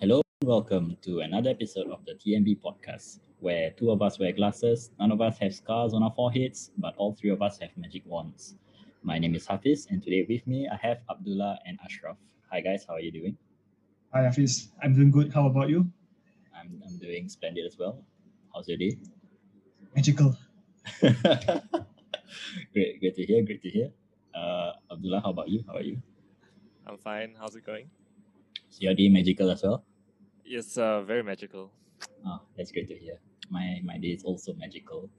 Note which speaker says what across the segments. Speaker 1: Hello and welcome to another episode of the TMB podcast, where two of us wear glasses, none of us have scars on our foreheads, but all three of us have magic wands. My name is Hafiz, and today with me I have Abdullah and Ashraf. Hi guys, how are you doing?
Speaker 2: Hi, Hafiz. I'm doing good. How about you?
Speaker 1: I'm, I'm doing splendid as well. How's your day?
Speaker 2: Magical.
Speaker 1: great, great to hear, great to hear. Uh, Abdullah, how about you? How are you?
Speaker 3: I'm fine. How's it going?
Speaker 1: Is your day magical as well?
Speaker 3: It's uh, very magical.
Speaker 1: Ah, that's great to hear. My my day is also magical,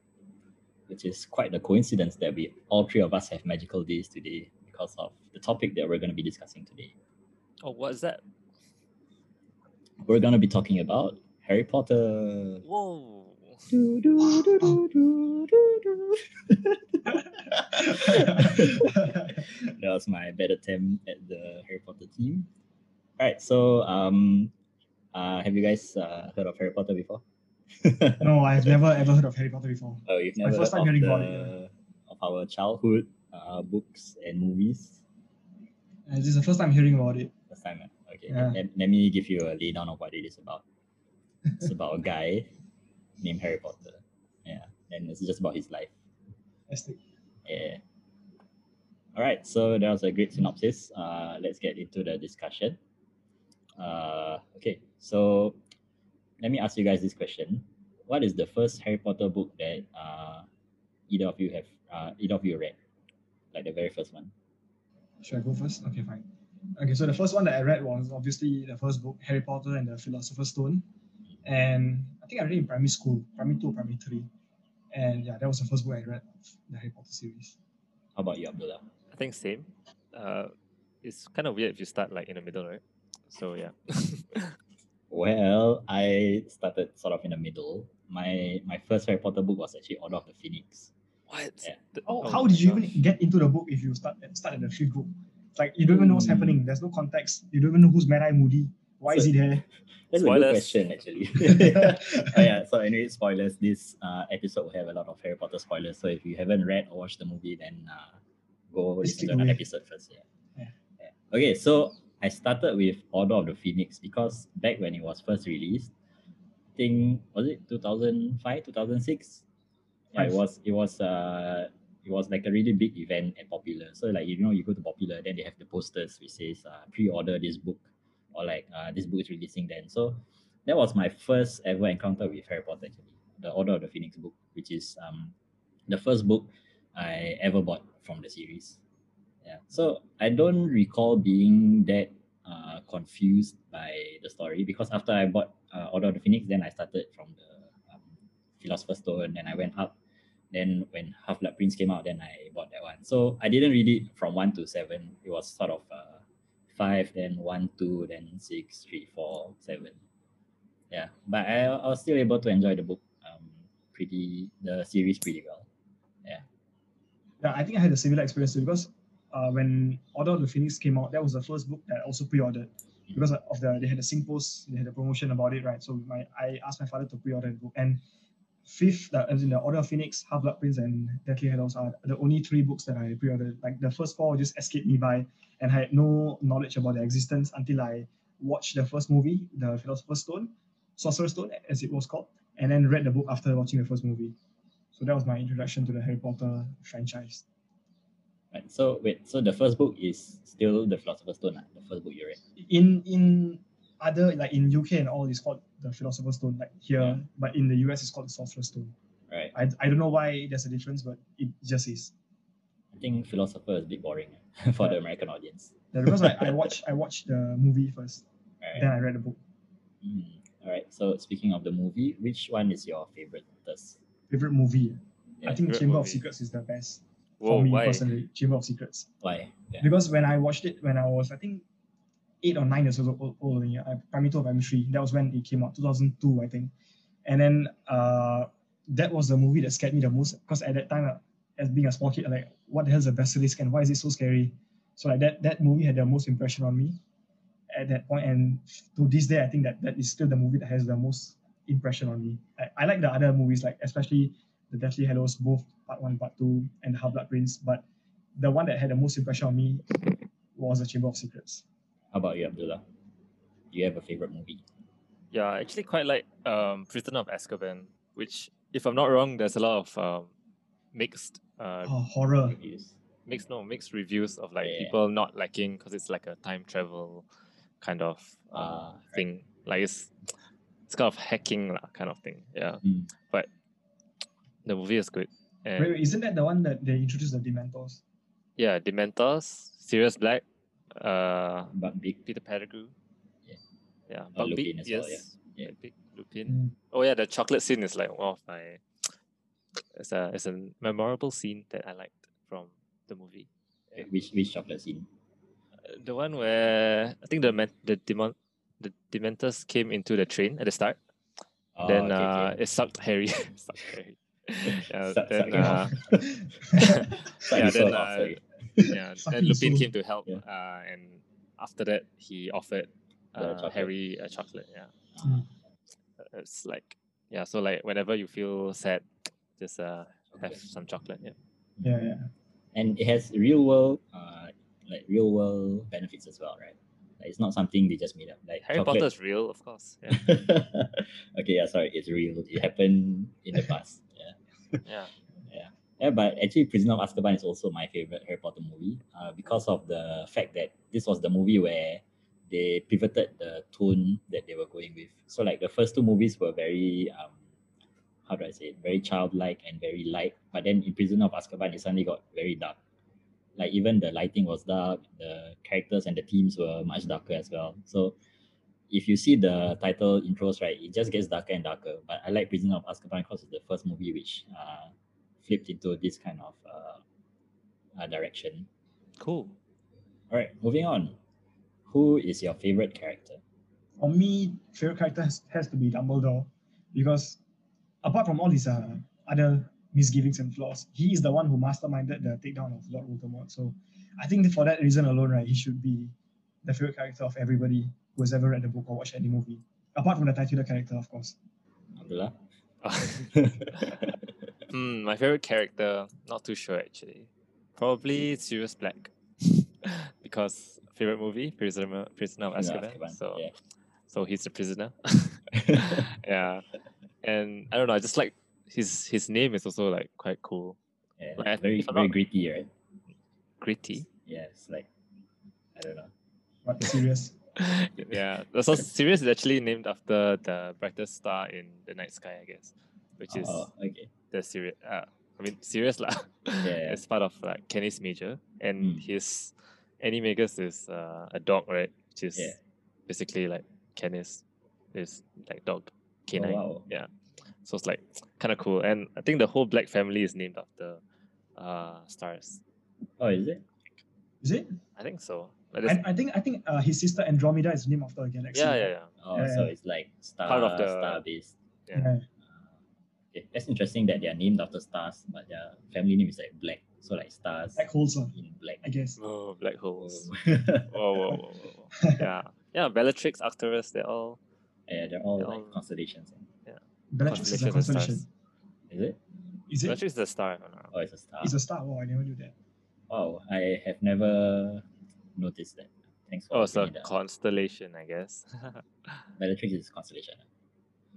Speaker 1: which is quite a coincidence that we all three of us have magical days today because of the topic that we're going to be discussing today.
Speaker 3: Oh, what is that?
Speaker 1: We're going to be talking about Harry Potter.
Speaker 3: Whoa!
Speaker 1: Do, do, do, do, do, do, do. that was my bad attempt at the Harry Potter theme. All right, so um, uh, have you guys uh, heard of Harry Potter before?
Speaker 2: no, I've never ever heard of Harry Potter before.
Speaker 1: Oh, you've
Speaker 2: My
Speaker 1: never
Speaker 2: first
Speaker 1: heard
Speaker 2: time
Speaker 1: of,
Speaker 2: hearing
Speaker 1: the,
Speaker 2: about it,
Speaker 1: of our childhood uh, books and movies.
Speaker 2: Uh, this is the first time hearing about it.
Speaker 1: First time, eh? okay.
Speaker 2: Yeah.
Speaker 1: Let, let me give you a laydown of what it is about. It's about a guy named Harry Potter. Yeah, and it's just about his life.
Speaker 2: Fantastic.
Speaker 1: Yeah. All right, so that was a great synopsis. Uh, let's get into the discussion. Uh, okay, so let me ask you guys this question: What is the first Harry Potter book that uh, either of you have uh, either of you read? Like the very first one.
Speaker 2: Should I go first? Okay, fine. Okay, so the first one that I read was obviously the first book, Harry Potter and the Philosopher's Stone. And I think I read it in primary school, primary two, primary three. And yeah, that was the first book I read of the Harry Potter series.
Speaker 1: How about you, Abdullah?
Speaker 3: I think same. Uh, it's kind of weird if you start like in the middle, right? So yeah.
Speaker 1: Well, I started sort of in the middle. My my first Harry Potter book was actually Order of the Phoenix.
Speaker 3: what?
Speaker 1: Yeah.
Speaker 3: The-
Speaker 2: Oh,
Speaker 3: oh
Speaker 2: how
Speaker 3: my
Speaker 2: did you
Speaker 3: gosh.
Speaker 2: even get into the book if you start at, start at the fifth book? It's Like you don't even know
Speaker 1: Hmm.
Speaker 2: what's happening. There's no context. You don't even know who's Mad Eye Moody. Why is
Speaker 1: So-
Speaker 2: he there?
Speaker 1: That's a good
Speaker 3: Spoilers.
Speaker 1: question, actually. oh yeah. So anyway, spoilers. This uh, episode will have a lot of Harry Potter spoilers. So if you haven't read or watched the movie, then uh, go
Speaker 2: Just
Speaker 1: listen to
Speaker 2: click
Speaker 1: another
Speaker 2: away.
Speaker 1: episode first. Yeah.
Speaker 2: Yeah.
Speaker 1: Yeah. Okay. So I started with Order of the Phoenix because back when it was first released, I think was it two thousand five, two thousand six. Yeah, it
Speaker 2: Five.
Speaker 1: was. It was. Uh, it was like a really big event at Popular. So like you know, you go to Popular, then they have the posters which says uh, pre-order this book, or like uh, this book is releasing then. So that was my first ever encounter with Harry Potter actually, the Order of the Phoenix book, which is um the first book I ever bought from the series. Yeah. So I don't recall being that uh, confused by the story because after I bought uh, Order of the Phoenix, then I started from the um, Philosopher's Stone, then I went up. Then when Half Blood Prince came out, then I bought that one. So I didn't read it from one to seven. It was sort of uh, five, then one, two, then six, three, four, seven. Yeah, but I, I was still able to enjoy the book um pretty the series pretty well.
Speaker 2: Yeah, I think I had a similar experience too because uh, when Order of the Phoenix came out, that was the first book that I also pre-ordered because of the they had a sync post, they had a promotion about it, right? So my I asked my father to pre-order the book and fifth, the, as in the Order of Phoenix, Half Blood Prince, and Deathly Hallows are the only three books that I pre-ordered. Like the first four just escaped me by, and I had no knowledge about their existence until I watched the first movie, The Philosopher's Stone, Sorcerer's Stone, as it was called, and then read the book after watching the first movie. So that was my introduction to the Harry Potter franchise.
Speaker 1: Right. So wait, so the first book is still the Philosopher's Stone, ah, the first book you read.
Speaker 2: in in other like in UK and all it's called the Philosopher's Stone like here,
Speaker 1: Yeah.
Speaker 2: but in the US it's called the Sorcerer's Stone.
Speaker 1: Right.
Speaker 2: I, I don't know why there's a difference, but it just is.
Speaker 1: I think philosopher is a bit boring ah, for the
Speaker 2: Yeah.
Speaker 1: American audience.
Speaker 2: The because I, I watch I watched the movie first,
Speaker 1: Right.
Speaker 2: then I read the book.
Speaker 1: Mm. All right. So speaking of the movie, which one is your favorite? Thus,
Speaker 2: Favorite movie.
Speaker 1: Yeah,
Speaker 2: I think
Speaker 3: favorite
Speaker 2: Chamber of
Speaker 3: movie.
Speaker 2: Secrets is the best
Speaker 3: Whoa,
Speaker 2: for me
Speaker 3: why?
Speaker 2: personally. Chamber of Secrets
Speaker 1: why? Yeah.
Speaker 2: because when I watched it when I was I think eight or nine years old, old, old only, I, primary two or primary three. That was when it came out, 2002 I think. And then uh, that was the movie that scared me the most because at that time, uh, as being a small kid, like what the hell's a basilisk and why is it so scary? So like that that movie had the most impression on me at that point, and to this day, I think that that is still the movie that has the most impression on me. I, I like the other movies, like especially the Deathly Hallows, both part one, part two, and the Half Blood Prince. But the one that had the most impression on me was the Chamber of Secrets.
Speaker 1: How about you, Abdullah? Do you have a favorite movie?
Speaker 3: Yeah, I actually quite like um, Prisoner of Azkaban, which, if I'm not wrong, there's a lot of um, mixed, uh,
Speaker 2: Oh, horror.
Speaker 1: Reviews.
Speaker 3: mixed no mixed reviews of like
Speaker 1: Yeah.
Speaker 3: people not liking because it's like a time travel kind of um,
Speaker 1: Ah, right.
Speaker 3: thing. Like it's it's kind of hacking lah, kind of thing. Yeah,
Speaker 1: Mm.
Speaker 3: but the movie is good. And
Speaker 2: Wait, wait, isn't that the one that they introduced the Dementors?
Speaker 3: yeah, Dementors, Sirius Black, uh,
Speaker 1: But big.
Speaker 3: Peter Pettigrew.
Speaker 1: Yeah.
Speaker 3: Yeah,
Speaker 1: Oh,
Speaker 3: Buckbeak,
Speaker 1: Lupin as well, yeah.
Speaker 3: yes.
Speaker 1: Yeah.
Speaker 3: Buckbeak, Lupin.
Speaker 2: Mm.
Speaker 3: Oh yeah, the chocolate scene is like one of my. It's a it's a memorable scene that I liked from the movie. Yeah.
Speaker 1: Which which chocolate scene?
Speaker 3: Uh, The one where I think the men, the demon the dementors came into the train at the start.
Speaker 1: Oh,
Speaker 3: then
Speaker 1: okay,
Speaker 3: uh,
Speaker 1: okay.
Speaker 3: it sucked Harry. sucked Harry. Yeah,
Speaker 1: Suck-
Speaker 3: then,
Speaker 1: suck him
Speaker 3: uh,
Speaker 1: off.
Speaker 2: Mm.
Speaker 1: Sorry, sorry,
Speaker 3: yeah, then, uh,
Speaker 1: sorry.
Speaker 3: yeah,
Speaker 2: Sucking
Speaker 3: and Lupin
Speaker 2: soul.
Speaker 3: came to help.
Speaker 1: Yeah.
Speaker 3: Uh, and after that, he offered
Speaker 1: The
Speaker 3: uh,
Speaker 1: chocolate.
Speaker 3: Harry a chocolate. Yeah.
Speaker 2: Hmm.
Speaker 1: Ah,
Speaker 3: it's like yeah so like whenever you feel sad just uh have
Speaker 1: chocolate.
Speaker 3: some chocolate yeah
Speaker 2: Yeah, yeah.
Speaker 1: Hmm. and it has real world uh like real world benefits as well right like it's not something they just made up like
Speaker 3: harry potter
Speaker 1: chocolate-
Speaker 3: is real of course yeah
Speaker 1: okay yeah sorry it's real it happened in the past yeah
Speaker 3: yeah
Speaker 1: yeah but actually prisoner of azkaban is also my favorite harry potter movie uh, because of the fact that this was the movie where they pivoted the tone that they were going with so like the first two movies were very um how do i say it very childlike and very light but then in prisoner of azkaban it suddenly got very dark like even the lighting was dark the characters and the themes were much darker as well so if you see the title intros right it just gets darker and darker but i like prisoner of azkaban because it's the first movie which uh, flipped into this kind of uh, uh, direction
Speaker 3: cool
Speaker 1: all right moving on who is your favorite character
Speaker 2: for me, favorite character has, has to be Dumbledore because apart from all his uh, other misgivings and flaws, he is the one who masterminded the takedown of Lord Voldemort. So I think that for that reason alone, right, he should be the favorite character of everybody who has ever read the book or watched any movie. Apart from the titular character, of course.
Speaker 1: abdullah
Speaker 3: Hmm, my favorite character not too sure actually probably sirius black because favorite movie prisoner prisoner of
Speaker 1: Prisoner
Speaker 3: azkaban,
Speaker 1: of Azkaban,
Speaker 3: so
Speaker 1: yeah.
Speaker 3: so he's a prisoner yeah and i don't know i just like his his name is also like quite cool
Speaker 1: Yeah,
Speaker 3: Like, I think
Speaker 1: very
Speaker 3: if I'm
Speaker 1: very
Speaker 3: not-
Speaker 1: gritty right
Speaker 3: gritty
Speaker 1: yeah it's like i don't know
Speaker 2: But serious.
Speaker 3: yeah. So Sirius is actually named after the brightest star in the night sky, I guess, which is
Speaker 1: oh, okay
Speaker 3: the Sirius. Uh, I mean Sirius lah.
Speaker 1: Yeah.
Speaker 3: it's part of like Kenny's major, and
Speaker 1: Mm.
Speaker 3: his animagus is uh, a dog, right? Which is
Speaker 1: Yeah.
Speaker 3: basically like Kenny's is like dog canine.
Speaker 1: Oh, wow.
Speaker 3: Yeah. So it's like kind of cool, and I think the whole Black family is named after uh, stars.
Speaker 1: oh is it
Speaker 2: Is it?
Speaker 3: I think so. But it's,
Speaker 2: I, I think I think uh, his sister Andromeda is named after a galaxy.
Speaker 3: yeah, yeah, yeah.
Speaker 1: Oh,
Speaker 2: Yeah,
Speaker 1: so
Speaker 2: yeah.
Speaker 1: it's like star
Speaker 3: Part of the-
Speaker 1: star based.
Speaker 3: Yeah.
Speaker 2: Yeah.
Speaker 1: Uh, okay. That's interesting that they are named after stars, but their family name is like black. So like stars
Speaker 2: Like Holson,
Speaker 1: in black.
Speaker 2: uh, I guess.
Speaker 3: Oh, black holes.
Speaker 1: yeah,
Speaker 3: whoa, whoa, whoa, whoa, whoa. yeah, yeah. Bellatrix, Arcturus, they're all
Speaker 1: they're all
Speaker 3: They're
Speaker 1: like
Speaker 3: all-
Speaker 1: constellations.
Speaker 2: Bellatrix is a
Speaker 3: constellations and
Speaker 2: constellation.
Speaker 3: stars.
Speaker 1: Is it?
Speaker 2: Is it?
Speaker 3: Bellatrix is the star. if I'm not wrong.
Speaker 1: Oh, it's a star.
Speaker 2: It's a star. Oh, I never knew that.
Speaker 1: Wow, Oh, I have never noticed that. Thanks for
Speaker 3: Oh, it's a
Speaker 1: bringing it up.
Speaker 3: constellation, I guess.
Speaker 1: Bellatrix is a constellation.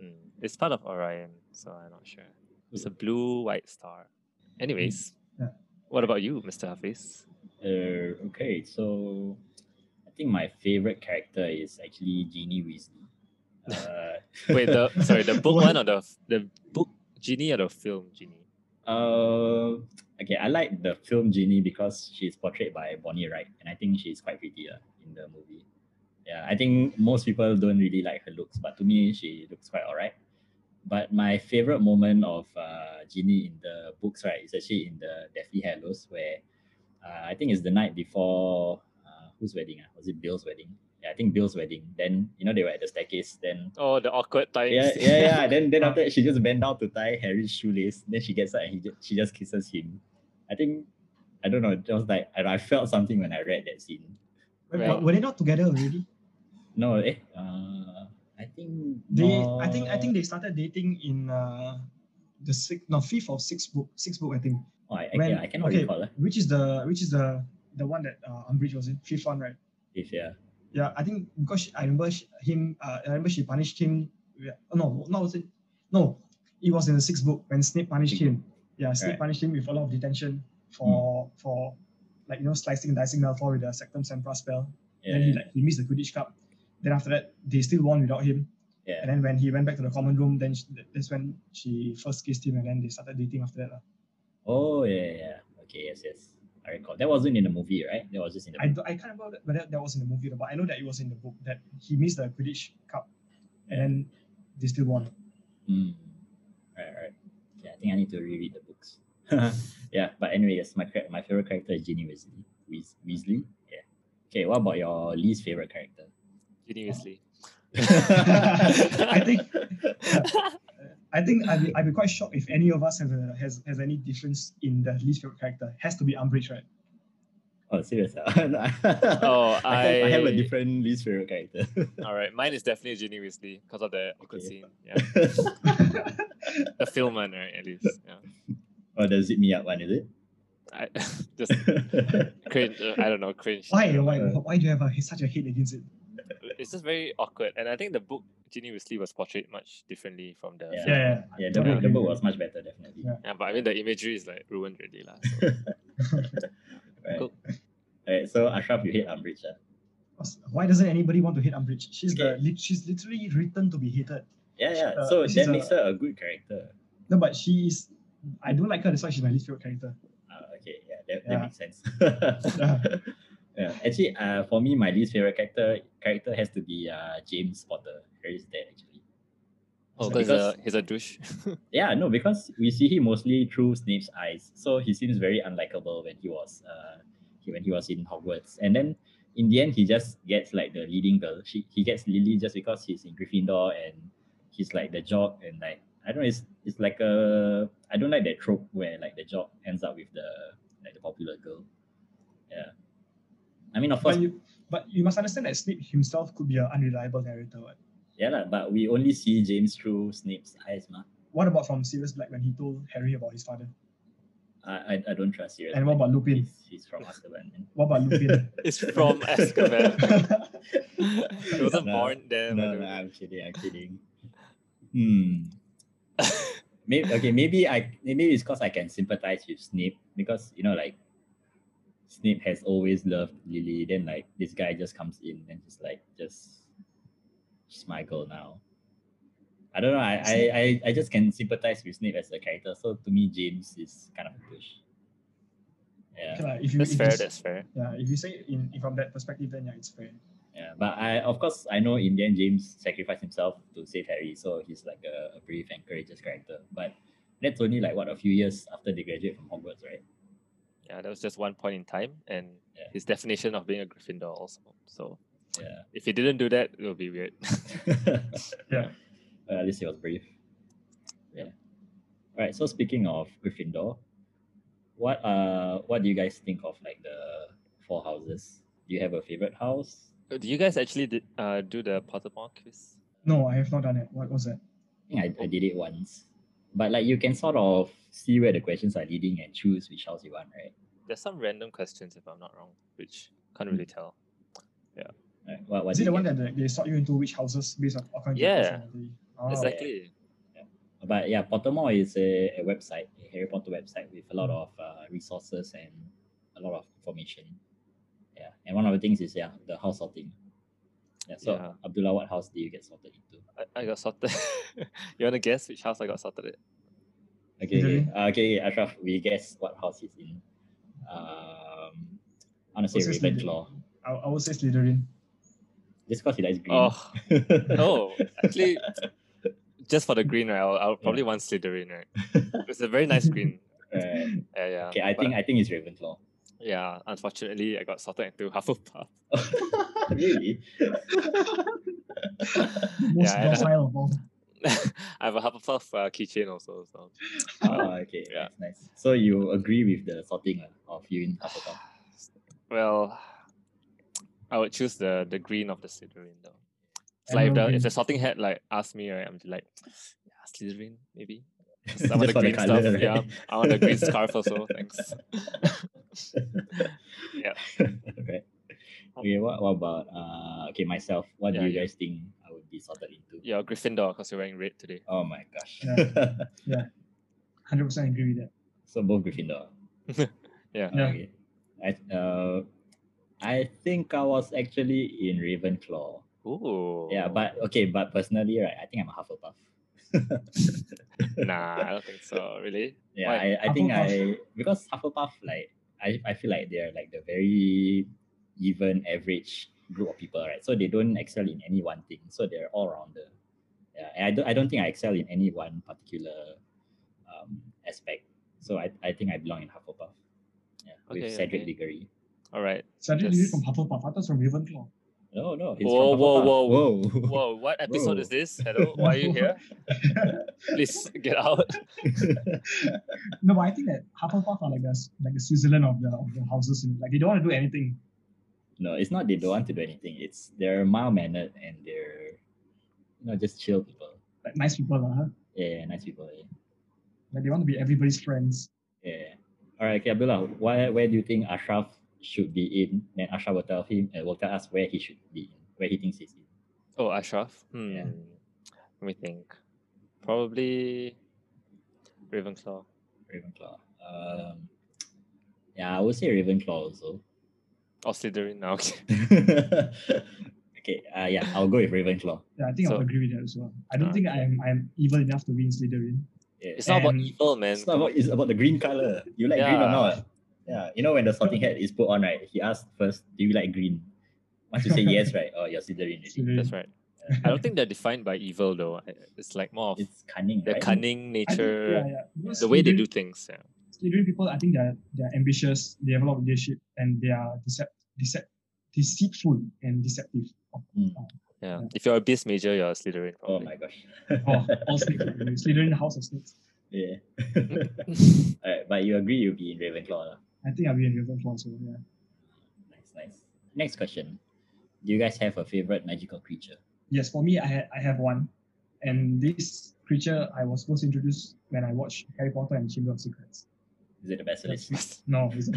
Speaker 3: mm. It's part of Orion, so I'm not sure. It's a blue white star. Anyways,
Speaker 1: Mm.
Speaker 2: Yeah.
Speaker 3: what about you, Mr. Hafiz?
Speaker 1: Uh, okay, so I think my favorite character is actually Genie Weasley. Uh,
Speaker 3: Wait, the sorry, the book
Speaker 2: What?
Speaker 3: one or the f- the book genie or the film genie?
Speaker 1: Uh, okay, I like the film Genie because she's portrayed by Bonnie Wright, and I think she's quite pretty uh, in the movie. Yeah, I think most people don't really like her looks, but to me, she looks quite alright. But my favorite moment of uh, Genie in the books, right, is actually in the Deathly Hallows, where uh, I think it's the night before uh, whose wedding? Uh? Was it Bill's wedding? Yeah, I think Bill's wedding. Then you know they were at the staircase. Then
Speaker 3: Oh, the awkward times.
Speaker 1: yeah, yeah, yeah. Then then after that, she just bent down to tie Harry's shoelace. Then she gets up and he just, she just kisses him. I think I don't know. Just like I, I felt something when I read that scene.
Speaker 2: Wait,
Speaker 3: Well-
Speaker 2: Were they not together already?
Speaker 1: No, eh, uh, I think
Speaker 2: They, I think, I
Speaker 1: not-
Speaker 2: think they started dating in uh, the sixth, no, fifth or sixth book, sixth book, I think,
Speaker 1: Oh, I, I,
Speaker 2: when-
Speaker 1: yeah, I cannot
Speaker 2: okay.
Speaker 1: recall. Uh,
Speaker 2: which is the, which is the, the one that uh, Umbridge was in, fifth one, right?
Speaker 1: if yeah,
Speaker 2: Yeah, I think because she, I remember she, him. Uh, I remember she punished him. Yeah, no, no, was it? No, it was in the sixth book when Snape punished
Speaker 1: Sixth
Speaker 2: him. Yeah, Snape
Speaker 1: Right. Hmm.
Speaker 2: punished him with a lot of detention for for like you know slicing and dicing Malfoy with the Sectum Sempra spell.
Speaker 1: Yeah,
Speaker 2: then he like he missed the Quidditch Cup. Then after that, they still won without him.
Speaker 1: yeah.
Speaker 2: And then when he went back to the common room, then she, that's when she first kissed him, and then they started dating after that. lah.
Speaker 1: Oh yeah, yeah, yeah. Okay, yes, yes. I recall. That wasn't in the movie, right? That was just in the
Speaker 2: I, do- I can't remember whether that was in the movie, or not, but I know that it was in the book that he missed the Quidditch Cup, and then they still won.
Speaker 1: Mm. Right, right. Yeah, I think I need to reread the books. yeah, but anyway, yes, my char- my favorite character is Ginny Weasley. Weas- Weasley. Yeah. Okay, what about your least favorite character?
Speaker 3: Ginny Weasley.
Speaker 2: I think- I think I'd be, I'd be quite shocked if any of us has, a, has has any difference in the least favorite character. Has to be Umbridge, right?
Speaker 1: Oh, serious? oh,
Speaker 3: Oh,
Speaker 1: I, have, I have a
Speaker 3: I-
Speaker 1: different least favorite character.
Speaker 3: All right, mine is definitely Ginny Weasley because of the awkward
Speaker 1: Okay.
Speaker 3: scene. Yeah, the film one, right? At least, yeah.
Speaker 1: oh, the zip me up one, is it?
Speaker 3: I just cringe. uh, I don't know, cringe.
Speaker 2: Why why why do you have a, such a hate against it?
Speaker 3: It's just very awkward, and I think the book Ginny Weasley was portrayed much differently from the.
Speaker 1: Yeah.
Speaker 3: film.
Speaker 1: yeah, the book, the
Speaker 2: Yeah.
Speaker 1: book was much better, definitely.
Speaker 2: Yeah.
Speaker 3: Yeah, but I mean the imagery is like ruined already, lah. So.
Speaker 1: Right.
Speaker 3: Cool.
Speaker 1: Alright, so Ashraf, you hate Umbridge, ah?
Speaker 2: Because Why doesn't anybody want to hate Umbridge? She's the
Speaker 1: Okay.
Speaker 2: lit- she's literally written to be hated.
Speaker 1: Yeah, yeah.
Speaker 2: Uh,
Speaker 1: so
Speaker 2: she's
Speaker 1: that
Speaker 2: a-
Speaker 1: makes her a good character.
Speaker 2: No, but she is. I don't like her. That's why she's my least favorite character.
Speaker 1: Ah, okay, yeah, that, that
Speaker 2: Yeah.
Speaker 1: makes sense. yeah, actually, uh, for me, my least favorite character character has to be uh, James Potter. Harry's dad, actually.
Speaker 3: Oh,
Speaker 1: So
Speaker 3: because
Speaker 1: because-
Speaker 3: uh, he's a douche.
Speaker 1: Yeah, no, because we see him mostly through Snape's eyes, so he seems very unlikable when he was uh, he- when he was in Hogwarts, and then in the end, he just gets like the leading girl. She he gets Lily just because he's in Gryffindor and he's like the jock and like I don't know. It's it's like a I don't like that trope where like the jock ends up with the like the popular girl. Yeah, I mean of course,
Speaker 2: But you but you must understand that Snape himself could be an unreliable narrator. What,
Speaker 1: yeah lah. But we only see James through Snape's eyes, ma.
Speaker 2: what about from Sirius Black when he told Harry about his father?
Speaker 1: I I, I don't trust Sirius.
Speaker 2: And what
Speaker 1: Black.
Speaker 2: about Lupin?
Speaker 1: He's, he's from Azkaban. man.
Speaker 2: What about Lupin?
Speaker 3: it's from Azkaban. he wasn't
Speaker 1: No,
Speaker 3: born there. by
Speaker 1: No,
Speaker 3: the
Speaker 1: no,
Speaker 3: way.
Speaker 1: I'm kidding. I'm kidding. Hmm. maybe okay. Maybe I. Maybe it's because I can sympathize with Snape because you know, like Snape has always loved Lily. Then like this guy just comes in and just like just, she's my girl now. I don't know. I I, I I just can sympathize with Snape as a character. So to me, James is kind of a push. Yeah.
Speaker 2: Okay lah, if you,
Speaker 3: That's
Speaker 2: if
Speaker 3: fair.
Speaker 2: you, s-
Speaker 3: That's fair.
Speaker 2: yeah, if you say in, in from that perspective, then yeah, it's fair.
Speaker 1: Yeah, but I of course I know in the end James sacrificed himself to save Harry, so he's like a, a brave and courageous character. But that's only like what a few years after they graduate from Hogwarts, right?
Speaker 3: Yeah, that was just one point in time, and
Speaker 1: Yeah.
Speaker 3: his definition of being a Gryffindor also. So
Speaker 1: Yeah.
Speaker 3: if he didn't do that, it would be weird.
Speaker 2: Yeah.
Speaker 1: Well, at least he was brave. Yeah. All right. So speaking of Gryffindor, what uh what do you guys think of like the four houses? Do you have a favorite house?
Speaker 3: Uh, do you guys actually did, uh, do the Pottermore quiz?
Speaker 2: No, I have not done it. What was that?
Speaker 1: I think I, I did it once, but like you can sort of see where the questions are leading and choose which house you want, right?
Speaker 3: There's some random questions, if I'm not wrong, which can't really tell.
Speaker 1: Right, what, what
Speaker 2: Is
Speaker 1: do
Speaker 2: it
Speaker 1: you
Speaker 2: the one
Speaker 1: get?
Speaker 2: that they, they sort you into which houses based on according to
Speaker 3: Yeah.
Speaker 2: the personality? Oh,
Speaker 3: exactly.
Speaker 1: but yeah, Pottermore is a, a website, a Harry Potter website with a lot of uh, resources and a lot of information. Yeah, and one of the things is yeah, the house sorting. Yeah, so
Speaker 3: Yeah.
Speaker 1: Abdullah, what house do you get sorted into?
Speaker 3: I, I got sorted. you want to guess which house I got sorted at?
Speaker 1: Okay, okay,
Speaker 2: Italy?
Speaker 1: uh, okay, okay, Ashraf, we guess what house he's in. Um, honestly,
Speaker 2: What's his name?
Speaker 1: Ravenclaw.
Speaker 2: I, I would say Slytherin.
Speaker 1: Just because he likes green. Uh,
Speaker 3: Oh, no. Actually, just for the green, right? I'll, I'll probably want Slytherin, right? It's a very nice green.
Speaker 1: Right.
Speaker 3: Yeah, yeah.
Speaker 1: Okay, I
Speaker 3: but-
Speaker 1: think I think it's Ravenclaw.
Speaker 3: Yeah, unfortunately, I got sorted into Hufflepuff.
Speaker 1: really?
Speaker 2: Most
Speaker 3: Yeah, I-
Speaker 2: docile of all.
Speaker 3: I have a Hufflepuff uh, keychain also. So
Speaker 1: Oh, okay.
Speaker 3: Yeah.
Speaker 1: That's nice. So you agree with the sorting lah of you in Hufflepuff?
Speaker 3: well, I would choose the the green of the Slytherin though. It's
Speaker 2: I
Speaker 3: like if
Speaker 2: know
Speaker 3: the, if the
Speaker 2: green.
Speaker 3: sorting hat like asked me, right? I'm just like, yeah, Slytherin maybe. 'Cause
Speaker 1: Just
Speaker 3: I want the
Speaker 1: for the
Speaker 3: green stuff.
Speaker 1: colour,
Speaker 3: Yeah,
Speaker 1: right?
Speaker 3: I want the green scarf also. Thanks.
Speaker 1: yeah.
Speaker 3: Yeah. Oh.
Speaker 1: right. Okay, what, what about uh okay myself? What do
Speaker 3: Yeah,
Speaker 1: you
Speaker 3: you.
Speaker 1: guys think I would be sorted into?
Speaker 3: You're Gryffindor because you're wearing red today.
Speaker 1: Oh my gosh.
Speaker 2: Hundred percent agree with that.
Speaker 1: so both Gryffindor.
Speaker 3: Yeah.
Speaker 2: Yeah.
Speaker 1: Okay. I uh I think I was actually in Ravenclaw.
Speaker 3: Ooh.
Speaker 1: Yeah, but
Speaker 3: Oh.
Speaker 1: okay, but personally, right, I think I'm a Hufflepuff.
Speaker 3: nah, I don't think so. Really?
Speaker 1: Yeah,
Speaker 3: Why?
Speaker 1: I, I think I because Hufflepuff like I, I feel like they're like the very even average group of people, right? So they don't excel in any one thing. So they're all rounder. Yeah, and I don't I don't think I excel in any one particular um, aspect. So I, I think I belong in Hufflepuff. Yeah,
Speaker 3: Okay,
Speaker 1: with Cedric
Speaker 3: okay.
Speaker 1: Diggory.
Speaker 3: All right.
Speaker 2: So I didn't read
Speaker 3: Yes.
Speaker 2: from Hufflepuff. I thought it's from Ravenclaw.
Speaker 1: No, no, he's
Speaker 3: Whoa,
Speaker 1: from
Speaker 3: whoa,
Speaker 1: Hufflepuff.
Speaker 3: whoa.
Speaker 1: whoa,
Speaker 3: Whoa, what episode
Speaker 1: Whoa.
Speaker 3: is this? Hello, why are you here? Please get out.
Speaker 2: No, but I think that Hufflepuff are like the like the Switzerland of the of the houses. in- Like they don't want to do anything.
Speaker 1: No, it's not they don't want to do anything. It's they're mild mannered and they're you know just chill people.
Speaker 2: Like nice people, lah, huh?
Speaker 1: Yeah, nice people. Yeah.
Speaker 2: Like they want to be everybody's friends.
Speaker 1: yeah. All right, okay, Abdullah. Why, where do you think Ashraf should be in? Then Ashraf will tell him. Uh, will tell us where he should be in. Where he thinks he's in.
Speaker 3: Oh, Ashraf. Hmm.
Speaker 1: Yeah.
Speaker 3: Let me think. Probably Ravenclaw.
Speaker 1: Ravenclaw. Um, yeah, I would say Ravenclaw also.
Speaker 3: Or Oh, Slytherin now. Okay.
Speaker 1: okay. Uh, yeah, I'll go with Ravenclaw.
Speaker 2: Yeah, I think
Speaker 3: So-
Speaker 2: I'll agree with that as well. I don't
Speaker 3: Ah,
Speaker 2: think
Speaker 3: okay.
Speaker 2: I'm I'm evil enough to be in Slytherin.
Speaker 1: Yeah.
Speaker 3: It's not about
Speaker 2: And-
Speaker 3: evil, man.
Speaker 1: It's not about, it's about the green color. You like green or
Speaker 3: Yeah.
Speaker 1: not? Yeah. You know when the sorting hat is put on, right? He asked first, "Do you like green?" Once you say yes, right? Oh, you're Slytherin. already.
Speaker 2: Slytherin.
Speaker 3: That's right. I don't think they're defined by evil though. I- It's like more of
Speaker 1: It's cunning.
Speaker 3: their
Speaker 1: right?
Speaker 3: cunning
Speaker 2: I think-
Speaker 3: nature,
Speaker 2: yeah, yeah. Because
Speaker 3: the way they
Speaker 2: Slytherin-
Speaker 3: do things. Yeah.
Speaker 2: Slytherin people, I think they're they're ambitious, they have a lot of leadership, and they are decept, decept, deceitful and deceptive. Oh,
Speaker 1: Mm.
Speaker 3: yeah.
Speaker 2: Yeah.
Speaker 3: If you're a beast major, you're a Slytherin.
Speaker 1: Oh
Speaker 3: Probably. Oh.
Speaker 1: my gosh.
Speaker 2: oh, all snakes. by the way. Slytherin, the house of snakes.
Speaker 1: Yeah. Alright, but you agree you'll be in Ravenclaw. lah.
Speaker 2: I think I'll be in Ravenclaw as well. Yeah.
Speaker 1: Nice, nice. Next question. Do you guys have a favorite magical creature?
Speaker 2: Yes, for me, I ha- I have one, and this creature I was supposed to introduce when I watched Harry Potter and Chamber of Secrets.
Speaker 1: Is it a basilisk?
Speaker 2: No, it's a
Speaker 1: oh,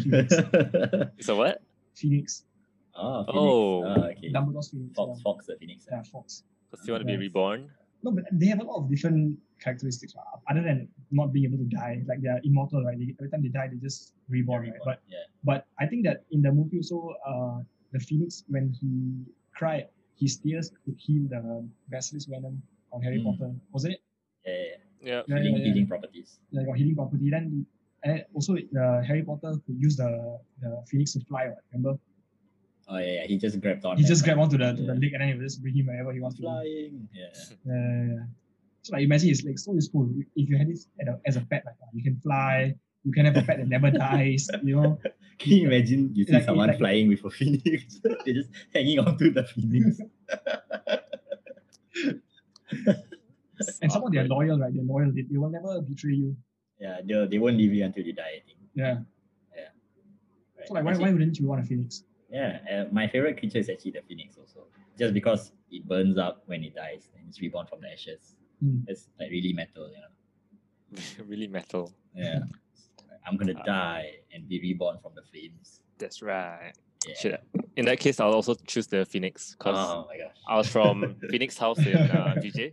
Speaker 2: phoenix.
Speaker 3: so what?
Speaker 2: phoenix.
Speaker 1: phoenix.
Speaker 3: Oh.
Speaker 1: Ah, okay.
Speaker 2: Dumbledore's phoenix.
Speaker 1: Fox,
Speaker 2: yeah.
Speaker 1: fox the phoenix.
Speaker 2: Yeah, fox.
Speaker 3: Because you want to be
Speaker 2: Yes.
Speaker 3: reborn?
Speaker 2: No, but they have a lot of different characteristics lah, other than not being able to die. Like they are immortal, right? They, every time they die, they just reborn, right? But
Speaker 1: yeah.
Speaker 2: But I think that in the movie also, uh, the phoenix when he cried, his tears could heal the basilisk venom on Harry
Speaker 1: Mm.
Speaker 2: Potter, wasn't it?
Speaker 1: Yeah, yeah, yeah.
Speaker 3: Yeah.
Speaker 2: Yeah,
Speaker 1: Healing,
Speaker 2: yeah, yeah.
Speaker 1: healing properties.
Speaker 2: Like got healing property. Then and also uh, Harry Potter could use the, the phoenix to fly. Right? Remember?
Speaker 1: Oh yeah, yeah. He just grabbed on.
Speaker 2: He
Speaker 1: and
Speaker 2: just
Speaker 1: like,
Speaker 2: grabbed onto the, to the
Speaker 1: Yeah.
Speaker 2: leg and then he would just bring him wherever he wants to. go.
Speaker 1: flying. Yeah.
Speaker 2: Yeah, yeah, yeah. So like imagine it's like so useful. If you had it at a, as a pet, like uh, you can fly. You can have a pet that never dies. You know.
Speaker 1: Can you imagine you see
Speaker 2: Like-
Speaker 1: someone
Speaker 2: like-
Speaker 1: flying with a phoenix? They're just hanging onto the phoenix.
Speaker 2: And somehow they're
Speaker 3: Awkward.
Speaker 2: loyal, right? They're loyal. They, they will never betray you.
Speaker 1: yeah, they they won't leave you until you die. I think.
Speaker 2: Yeah.
Speaker 1: Right.
Speaker 2: So like, why, why wouldn't you want a phoenix?
Speaker 1: Yeah, uh, my favorite creature is actually the phoenix also, just because it burns up when it dies and it's reborn from the ashes.
Speaker 2: Hmm.
Speaker 1: It's like really metal, you know.
Speaker 3: really metal.
Speaker 1: Yeah, I'm gonna
Speaker 3: Ah.
Speaker 1: die and be reborn from the flames.
Speaker 3: That's right.
Speaker 1: Yeah.
Speaker 3: Shit. In that case, I'll also choose the Phoenix because
Speaker 1: Oh my gosh.
Speaker 3: I was from Phoenix House in uh, VJ.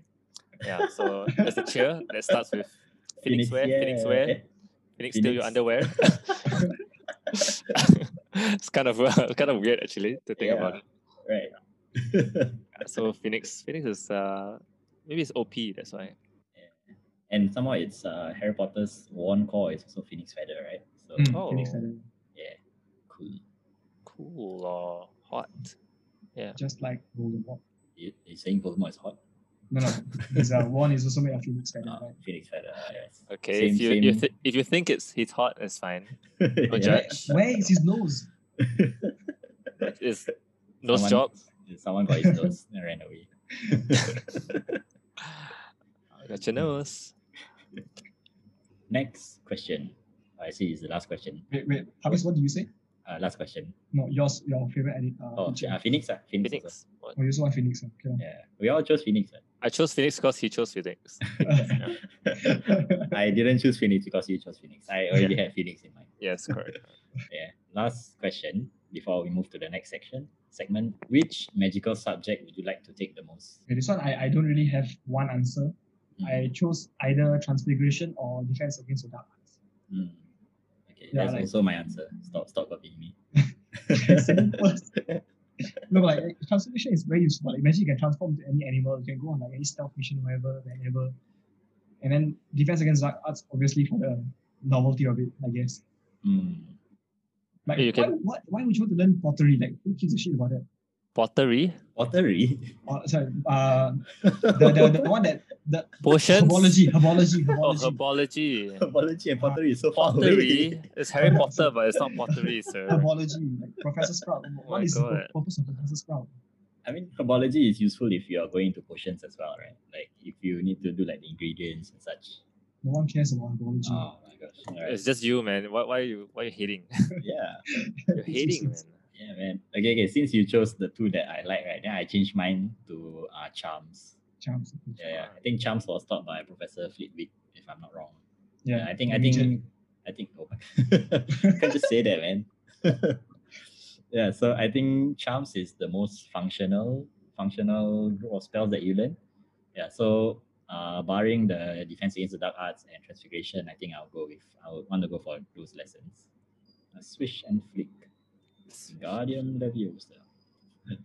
Speaker 3: Yeah, so there's a cheer that starts with Phoenix, wear, Phoenix wear,
Speaker 1: yeah.
Speaker 3: Phoenix steal your
Speaker 1: Phoenix.
Speaker 3: underwear. it's kind of it's kind of weird actually to think
Speaker 1: Yeah.
Speaker 3: about it.
Speaker 1: Right.
Speaker 3: So Phoenix, Phoenix is uh maybe it's OP. That's why.
Speaker 1: and somehow it's uh, Harry Potter's one core is also phoenix feather, right? So
Speaker 2: Mm,
Speaker 3: Oh.
Speaker 2: Phoenix feather.
Speaker 1: yeah, cool.
Speaker 3: Cool or hot.
Speaker 2: just like Voldemort.
Speaker 1: You, you're saying Voldemort is hot?
Speaker 2: No, no, his uh, wand is also made of phoenix feather,
Speaker 1: Ah,
Speaker 2: right?
Speaker 1: phoenix feather. ah, Yes.
Speaker 3: Okay, if
Speaker 1: Same,
Speaker 3: you you
Speaker 1: same.
Speaker 3: th- if you think it's he's hot, it's fine.
Speaker 1: Yeah.
Speaker 3: judge.
Speaker 2: Where is his nose?
Speaker 3: It's no
Speaker 1: Someone-
Speaker 3: job.
Speaker 1: Someone got his nose and ran away.
Speaker 3: Got your nose.
Speaker 1: Next question. I see it's the last question.
Speaker 2: Wait, wait, Habis, what do you say?
Speaker 1: Uh, last question.
Speaker 2: No, yours, your favorite edit. Uh,
Speaker 1: Oh,
Speaker 2: feature.
Speaker 1: uh, Phoenix. Uh, Phoenix. also.
Speaker 3: Phoenix. What?
Speaker 2: Oh, you also want phoenix. ah, Okay.
Speaker 1: Yeah, we all chose Phoenix. ah.
Speaker 3: I chose Phoenix because he chose Phoenix. Yeah.
Speaker 1: ah. I didn't choose Phoenix because you chose Phoenix. I already had Phoenix in mind.
Speaker 3: yes, correct.
Speaker 1: Yeah. Last question before we move to the next section. segment. Which magical subject would you like to take the most?
Speaker 2: Okay, this one I, I don't really have one answer.
Speaker 1: Hmm.
Speaker 2: I chose either Transfiguration or Defense Against the Dark Arts.
Speaker 1: Mm. Okay,
Speaker 2: Yeah,
Speaker 1: that's
Speaker 2: like-
Speaker 1: also my answer. Stop, stop copying me.
Speaker 2: Simplest. No, but like, transformation is very useful. Like, imagine you can transform into any animal. You can go on like any stealth mission, wherever, whenever. And then Defense Against Dark Arts, obviously for the novelty of it, I guess.
Speaker 1: Mm.
Speaker 2: Like,
Speaker 3: Yeah, you
Speaker 2: why, why, why would you want to learn pottery? Like, who gives a shit about that?
Speaker 3: Pottery,
Speaker 1: Pottery.
Speaker 2: Or, sorry, uh, the, the, the one that the
Speaker 3: potions,
Speaker 2: herbology, herbology,
Speaker 3: oh,
Speaker 2: herbology.
Speaker 3: herbology.
Speaker 1: Herbology and
Speaker 2: Ah,
Speaker 1: pottery is so far
Speaker 3: Pottery.
Speaker 1: away.
Speaker 3: It's Harry Potter, but it's not pottery, sir.
Speaker 2: herbology, like Professor Sprout.
Speaker 3: Oh
Speaker 2: What
Speaker 3: my
Speaker 2: is the
Speaker 3: God.
Speaker 2: pur- purpose of Professor Sprout?
Speaker 1: I mean, herbology is useful if you are going to potions as well, right? Like if you need to do like the ingredients and such.
Speaker 2: No one cares about herbology.
Speaker 1: Oh my gosh! All right.
Speaker 3: It's just you, man. Why, why are you why are you hating?
Speaker 1: Yeah,
Speaker 3: You're
Speaker 2: It's
Speaker 3: hating, man.
Speaker 2: just-
Speaker 1: yeah, man. Okay, okay. Since you chose the two that I like, right? Then I changed mine to uh, charms.
Speaker 2: Charms.
Speaker 1: Yeah, yeah. I think charms was taught by Professor Flitwick, if I'm not wrong.
Speaker 2: Yeah,
Speaker 1: Yeah, I think I
Speaker 2: religion.
Speaker 1: think I think oh my can't just say that man. yeah, so I think charms is the most functional functional group of spells that you learn. Yeah, so uh, barring the defense against the dark arts and transfiguration, I think I'll go with I would want to go for those lessons. Uh, swish and flick, guardian leviosa.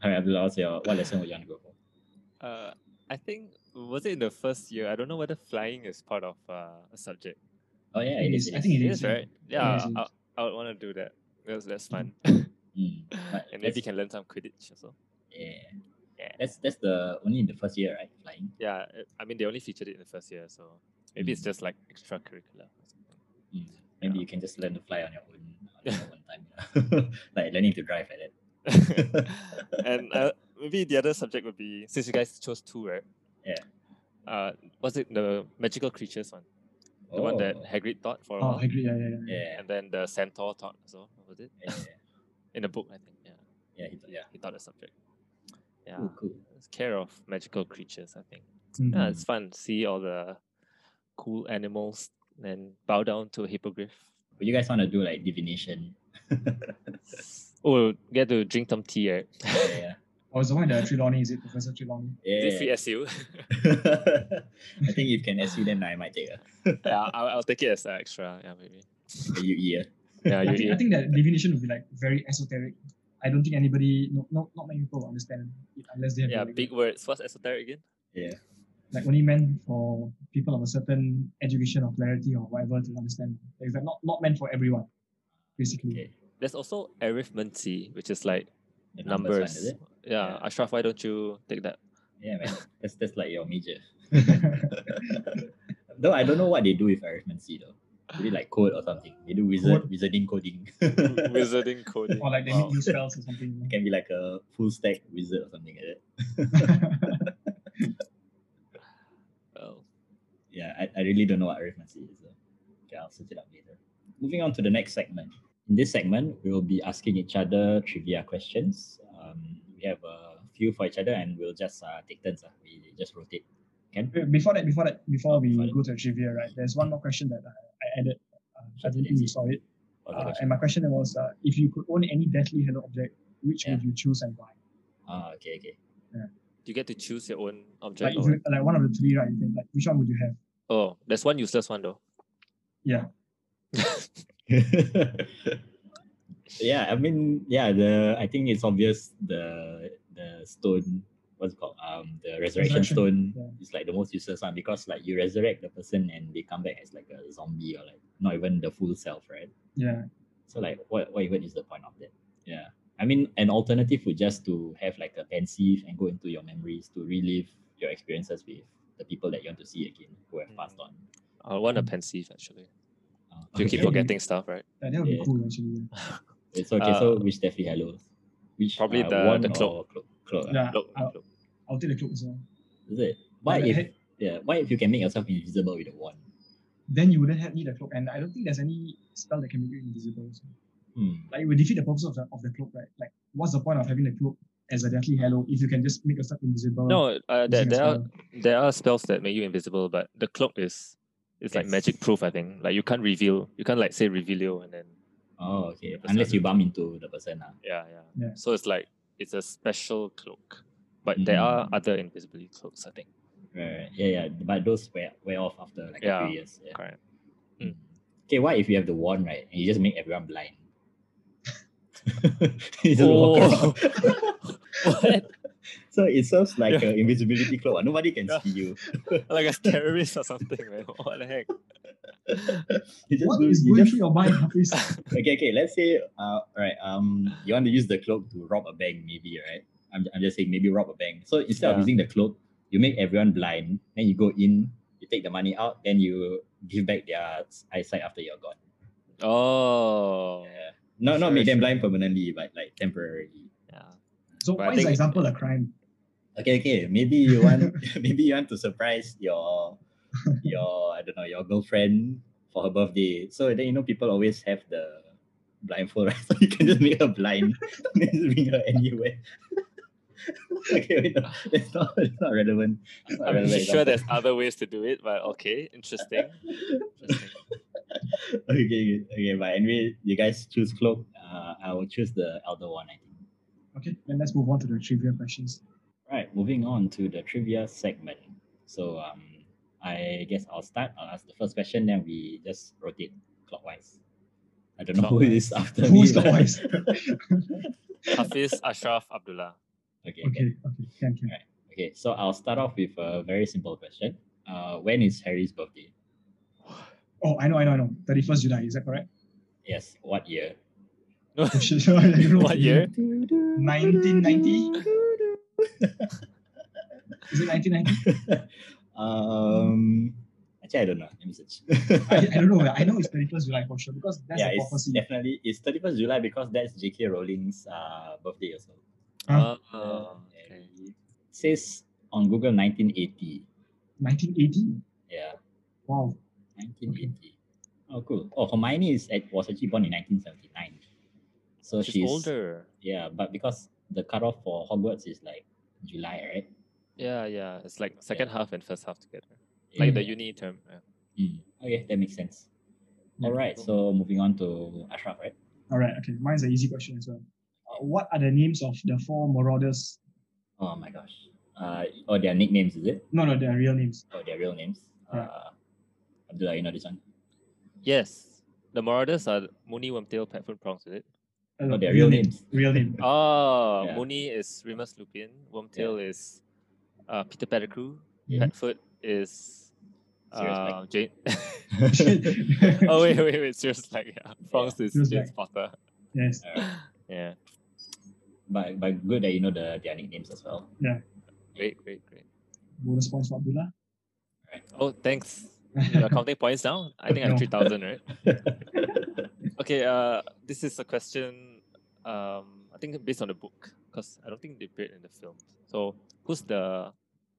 Speaker 1: All right, Abdullah, what's your what lesson would you want to go for?
Speaker 3: Uh, I think was it in the first year? I don't know whether flying is part of uh, a subject.
Speaker 1: Oh yeah,
Speaker 2: It
Speaker 1: it is.
Speaker 2: is- I think
Speaker 3: It
Speaker 2: it
Speaker 3: is,
Speaker 2: yeah.
Speaker 3: right? Yeah,
Speaker 2: it
Speaker 3: I,
Speaker 2: is.
Speaker 3: I would want to do that. That's that's fun.
Speaker 1: Mm, but that's-
Speaker 3: and maybe can learn some Quidditch also.
Speaker 1: yeah.
Speaker 3: Yeah.
Speaker 1: That's that's the only in the first year, right? Flying.
Speaker 3: Yeah, I- I mean they only featured it in the first year, so maybe it's
Speaker 1: Mm.
Speaker 3: just like extracurricular. or something.
Speaker 1: Mm. Maybe
Speaker 3: Yeah.
Speaker 1: you can just learn to fly on your own, on your own time, you know? like learning to drive like that.
Speaker 3: and uh, maybe the other subject would be since you guys chose two, right?
Speaker 1: Yeah.
Speaker 3: Uh, was it the magical creatures one? The one that
Speaker 1: Oh,
Speaker 3: Hagrid taught for a
Speaker 2: Oh,
Speaker 3: while,
Speaker 2: I agree. Yeah, yeah, yeah.
Speaker 1: yeah,
Speaker 3: and then the centaur taught also. Was it
Speaker 1: yeah,
Speaker 3: in the book? I think. Yeah.
Speaker 1: yeah, he thought- yeah.
Speaker 3: He taught the subject. Yeah.
Speaker 1: Cool, cool.
Speaker 3: It's care of magical creatures. I think.
Speaker 2: Mm.
Speaker 1: Hmm.
Speaker 3: Yeah, it's fun. to See all the cool animals and bow down to a hippogriff.
Speaker 1: Would you guys want to do like divination?
Speaker 3: oh, get to drink some tea, right?
Speaker 1: yeah,
Speaker 2: Oh, it's the one that Trelawney, is it? Professor Trelawney.
Speaker 1: yeah.
Speaker 3: Is it free
Speaker 1: yeah.
Speaker 3: SU?
Speaker 1: I think if can SU, then I might take a
Speaker 3: yeah, I'll, I'll take it as an extra. Yeah, maybe.
Speaker 1: a E UE.
Speaker 3: Yeah,
Speaker 2: I, think, I
Speaker 3: you eat.
Speaker 2: think that divination would be like very esoteric. I don't think anybody, no, no, not many people understand it unless they have
Speaker 3: Yeah,
Speaker 2: like,
Speaker 3: big words. What's esoteric again?
Speaker 1: Yeah.
Speaker 2: like only meant for people of a certain education or clarity or whatever to understand. It's like not, not meant for everyone, basically.
Speaker 1: Okay.
Speaker 3: There's also arithmancy, which is like
Speaker 1: The
Speaker 3: numbers.
Speaker 1: one, is it?
Speaker 3: Yeah,
Speaker 1: Yeah.
Speaker 3: Ashraf, why don't you take that?
Speaker 1: Yeah, man. That's that's like your major. Though I don't know what they do with arithmancy though. They do like code or something. They do wizard
Speaker 2: Code?
Speaker 1: wizarding coding.
Speaker 3: Wizarding coding.
Speaker 2: or like they
Speaker 3: Wow.
Speaker 2: make new spells or something.
Speaker 1: can be like a full stack wizard or something like that.
Speaker 3: Well,
Speaker 1: yeah, I, I really don't know what arithmancy is. So. Okay, I'll set it up later. Moving on to the next segment. In this segment, we will be asking each other trivia questions. Um, we have a few for each other, and we'll just uh, take turns. Uh, we just rotate. Can?
Speaker 2: Be- before that, before that, before we
Speaker 1: Before that.
Speaker 2: go to trivia, right? There's one more question that I, I added. Uh, I don't think you saw it.
Speaker 1: Or the
Speaker 2: Uh,
Speaker 1: question?
Speaker 2: and my question was, uh, if you could own any deathly hello object, which would you choose and why?
Speaker 1: Ah, okay, okay.
Speaker 3: you get to choose your own object.
Speaker 2: Like, if
Speaker 3: or
Speaker 2: you, like one of the three, right? You can, like, which one would you have?
Speaker 3: Oh, there's one useless one though.
Speaker 2: Yeah.
Speaker 1: yeah, I mean, yeah. The I think it's obvious the the stone. What's it called? Um, the resurrection,
Speaker 2: Resurrection,
Speaker 1: stone
Speaker 2: yeah.
Speaker 1: is like the most useless one because like you resurrect the person and they come back as like a zombie or like not even the full self, right?
Speaker 2: Yeah.
Speaker 1: So like, what what even is the point of that? Yeah, I mean, an alternative would just to have like a pensive and go into your memories to relive your experiences with the people that you want to see again who have passed on.
Speaker 3: I want
Speaker 2: Hmm.
Speaker 3: a pensive actually.
Speaker 1: Uh,
Speaker 3: You
Speaker 1: okay.
Speaker 3: keep forgetting stuff, right?
Speaker 2: Yeah, that would
Speaker 1: Yeah.
Speaker 2: be cool actually.
Speaker 1: It's okay. so
Speaker 3: Uh,
Speaker 1: which Deathly Hallows? Which
Speaker 3: probably
Speaker 1: uh,
Speaker 3: the-
Speaker 1: one
Speaker 3: the cloak.
Speaker 1: or cloak? cloak ah?
Speaker 2: Yeah,
Speaker 3: Look,
Speaker 2: I'll,
Speaker 3: look.
Speaker 2: I'll take the cloak as well.
Speaker 1: Is it? Why
Speaker 2: Like,
Speaker 1: if
Speaker 2: hey,
Speaker 1: yeah? Why if you can make yourself invisible with a wand?
Speaker 2: then you wouldn't have need a cloak, and I don't think there's any spell that can make you invisible. So.
Speaker 1: Hmm.
Speaker 2: Like it would defeat the purpose of the, of the cloak, right? Like, what's the point of having a cloak as a deathly hallow if you can just make yourself invisible?
Speaker 3: No, uh, there,
Speaker 2: using a
Speaker 3: there are
Speaker 2: spell?
Speaker 3: there are spells that make you invisible, but the cloak is it's like
Speaker 1: Yes.
Speaker 3: magic proof. I think like you can't reveal. You can't like say revealio and then
Speaker 1: Oh, okay.
Speaker 3: The person-
Speaker 1: Unless you bump into the person, ah.
Speaker 3: yeah yeah.
Speaker 2: Yeah.
Speaker 3: So it's like it's a special cloak, but there are other invisibility cloaks. I think.
Speaker 1: Right, right. Yeah, yeah. But those wear, wear off after like a
Speaker 3: Yeah,
Speaker 1: few years. Yeah.
Speaker 3: correct.
Speaker 1: Mm.
Speaker 3: Mm.
Speaker 1: Okay, what if you have the wand, right? And you just make everyone blind? you just walk
Speaker 3: Oh.
Speaker 1: around.
Speaker 3: What?
Speaker 1: so it serves like
Speaker 3: Yeah.
Speaker 1: an invisibility cloak. ah. Nobody can
Speaker 3: Yeah.
Speaker 1: see you.
Speaker 3: like a terrorist or something, man. What the heck?
Speaker 1: You just
Speaker 2: What
Speaker 1: do-
Speaker 2: is
Speaker 1: you
Speaker 2: going
Speaker 1: just-
Speaker 2: through your mind, Hafiz?
Speaker 1: okay, okay. Let's say, uh, all right. Um, you want to use the cloak to rob a bank, maybe, right? I'm, I'm just saying, maybe rob a bank. So instead of
Speaker 3: Yeah.
Speaker 1: using the cloak, you make everyone blind. Then you go in, you take the money out, then you give back their eyesight after you're gone.
Speaker 3: Oh.
Speaker 1: Yeah. No, not
Speaker 3: Sure,
Speaker 1: make them
Speaker 3: sure.
Speaker 1: blind permanently, but like temporarily.
Speaker 3: Yeah.
Speaker 2: So
Speaker 3: But I
Speaker 2: why is the
Speaker 3: think-
Speaker 2: example a crime?
Speaker 1: Okay, okay. Maybe you want, maybe you want to surprise your, your I don't know, your girlfriend for her birthday. So then you know people always have the blindfold, right? So you can just make her blind, just bring her anywhere. okay, wait, no, that's not, that's not relevant. That's not
Speaker 3: I'm
Speaker 1: relevant
Speaker 3: sure
Speaker 1: example.
Speaker 3: there's other ways to do it, but okay, interesting. interesting.
Speaker 1: okay, okay, okay. But anyway, you guys choose cloak. Uh, I will choose the elder one. I think.
Speaker 2: Okay, then let's move on to the trivia questions.
Speaker 1: Right, moving on to the trivia segment. So um, I guess I'll start. I'll ask the first question, then we just rotate clockwise. I don't know who is after me,
Speaker 2: Who's
Speaker 1: but-
Speaker 2: clockwise?
Speaker 3: Hafiz Ashraf Abdullah.
Speaker 1: okay, okay,
Speaker 2: Okay, okay, can can.
Speaker 1: okay. So I'll start off with a very simple question. Uh, when is Harry's birthday?
Speaker 2: Oh, I know, I know, I know. Thirty first July, is that correct?
Speaker 1: Yes, what year?
Speaker 2: Oh, shit, I don't know.
Speaker 3: what year?
Speaker 2: 1990? Is it 1990?
Speaker 1: um, actually, I don't know. Let me search.
Speaker 2: I, I don't know. I know it's 31st July for sure because that's
Speaker 1: yeah,
Speaker 2: the
Speaker 1: it's
Speaker 2: prophecy.
Speaker 1: definitely it's thirty first July because that's J.K. Rowling's uh, birthday also.
Speaker 2: Huh?
Speaker 3: Oh, okay.
Speaker 1: And Um, it says on Google 1980.
Speaker 2: 1980?
Speaker 1: Yeah,
Speaker 2: Wow.
Speaker 1: 1980. Oh, cool. Oh, Hermione is at, was actually born in 1979. So
Speaker 3: She's,
Speaker 1: she's,
Speaker 3: older.
Speaker 1: Yeah, but because the cutoff for Hogwarts is like July, right?
Speaker 3: Yeah, yeah. It's like second half and first half together. Like
Speaker 1: Yeah.
Speaker 3: the uni term. yeah.
Speaker 1: Mm. Okay, that makes sense.
Speaker 2: Yeah,
Speaker 1: All right, so moving on to Ashraf, right?
Speaker 2: All right. Okay. Mine's an easy question as well. Uh, what are the names of the four marauders?
Speaker 1: Oh my gosh. Uh, oh, their nicknames, is it?
Speaker 2: No, no, their real names.
Speaker 1: Oh, their real names?
Speaker 2: Yeah.
Speaker 1: Uh, Abdullah, you know this one?
Speaker 3: Yes. The Marauders are Mooney, Wormtail, Petfoot, Prongs, is it?
Speaker 2: Uh,
Speaker 1: Oh, their real names.
Speaker 2: Real name.
Speaker 3: Oh,
Speaker 1: Yeah.
Speaker 3: Mooney is Remus Lupin. Wormtail is uh, Peter Pettigrew.
Speaker 1: Yeah.
Speaker 3: Petfoot is
Speaker 1: Mm-hmm. Sirius Black.
Speaker 3: uh, Jane.
Speaker 2: Shit.
Speaker 3: oh wait, wait, wait. Serious Black. Yeah. Prongs is
Speaker 2: Sirius
Speaker 3: James Potter.
Speaker 2: yes.
Speaker 1: All right.
Speaker 3: Yeah.
Speaker 1: but but good that you know the their nicknames as well.
Speaker 3: Great, great, great.
Speaker 2: Bonus points for Abdullah.
Speaker 3: Oh, thanks. You're counting points now. I think I
Speaker 2: No.
Speaker 3: have three thousand, right? Okay. Uh, this is a question. Um, I think based on the book because I don't think they appeared in the film. So who's the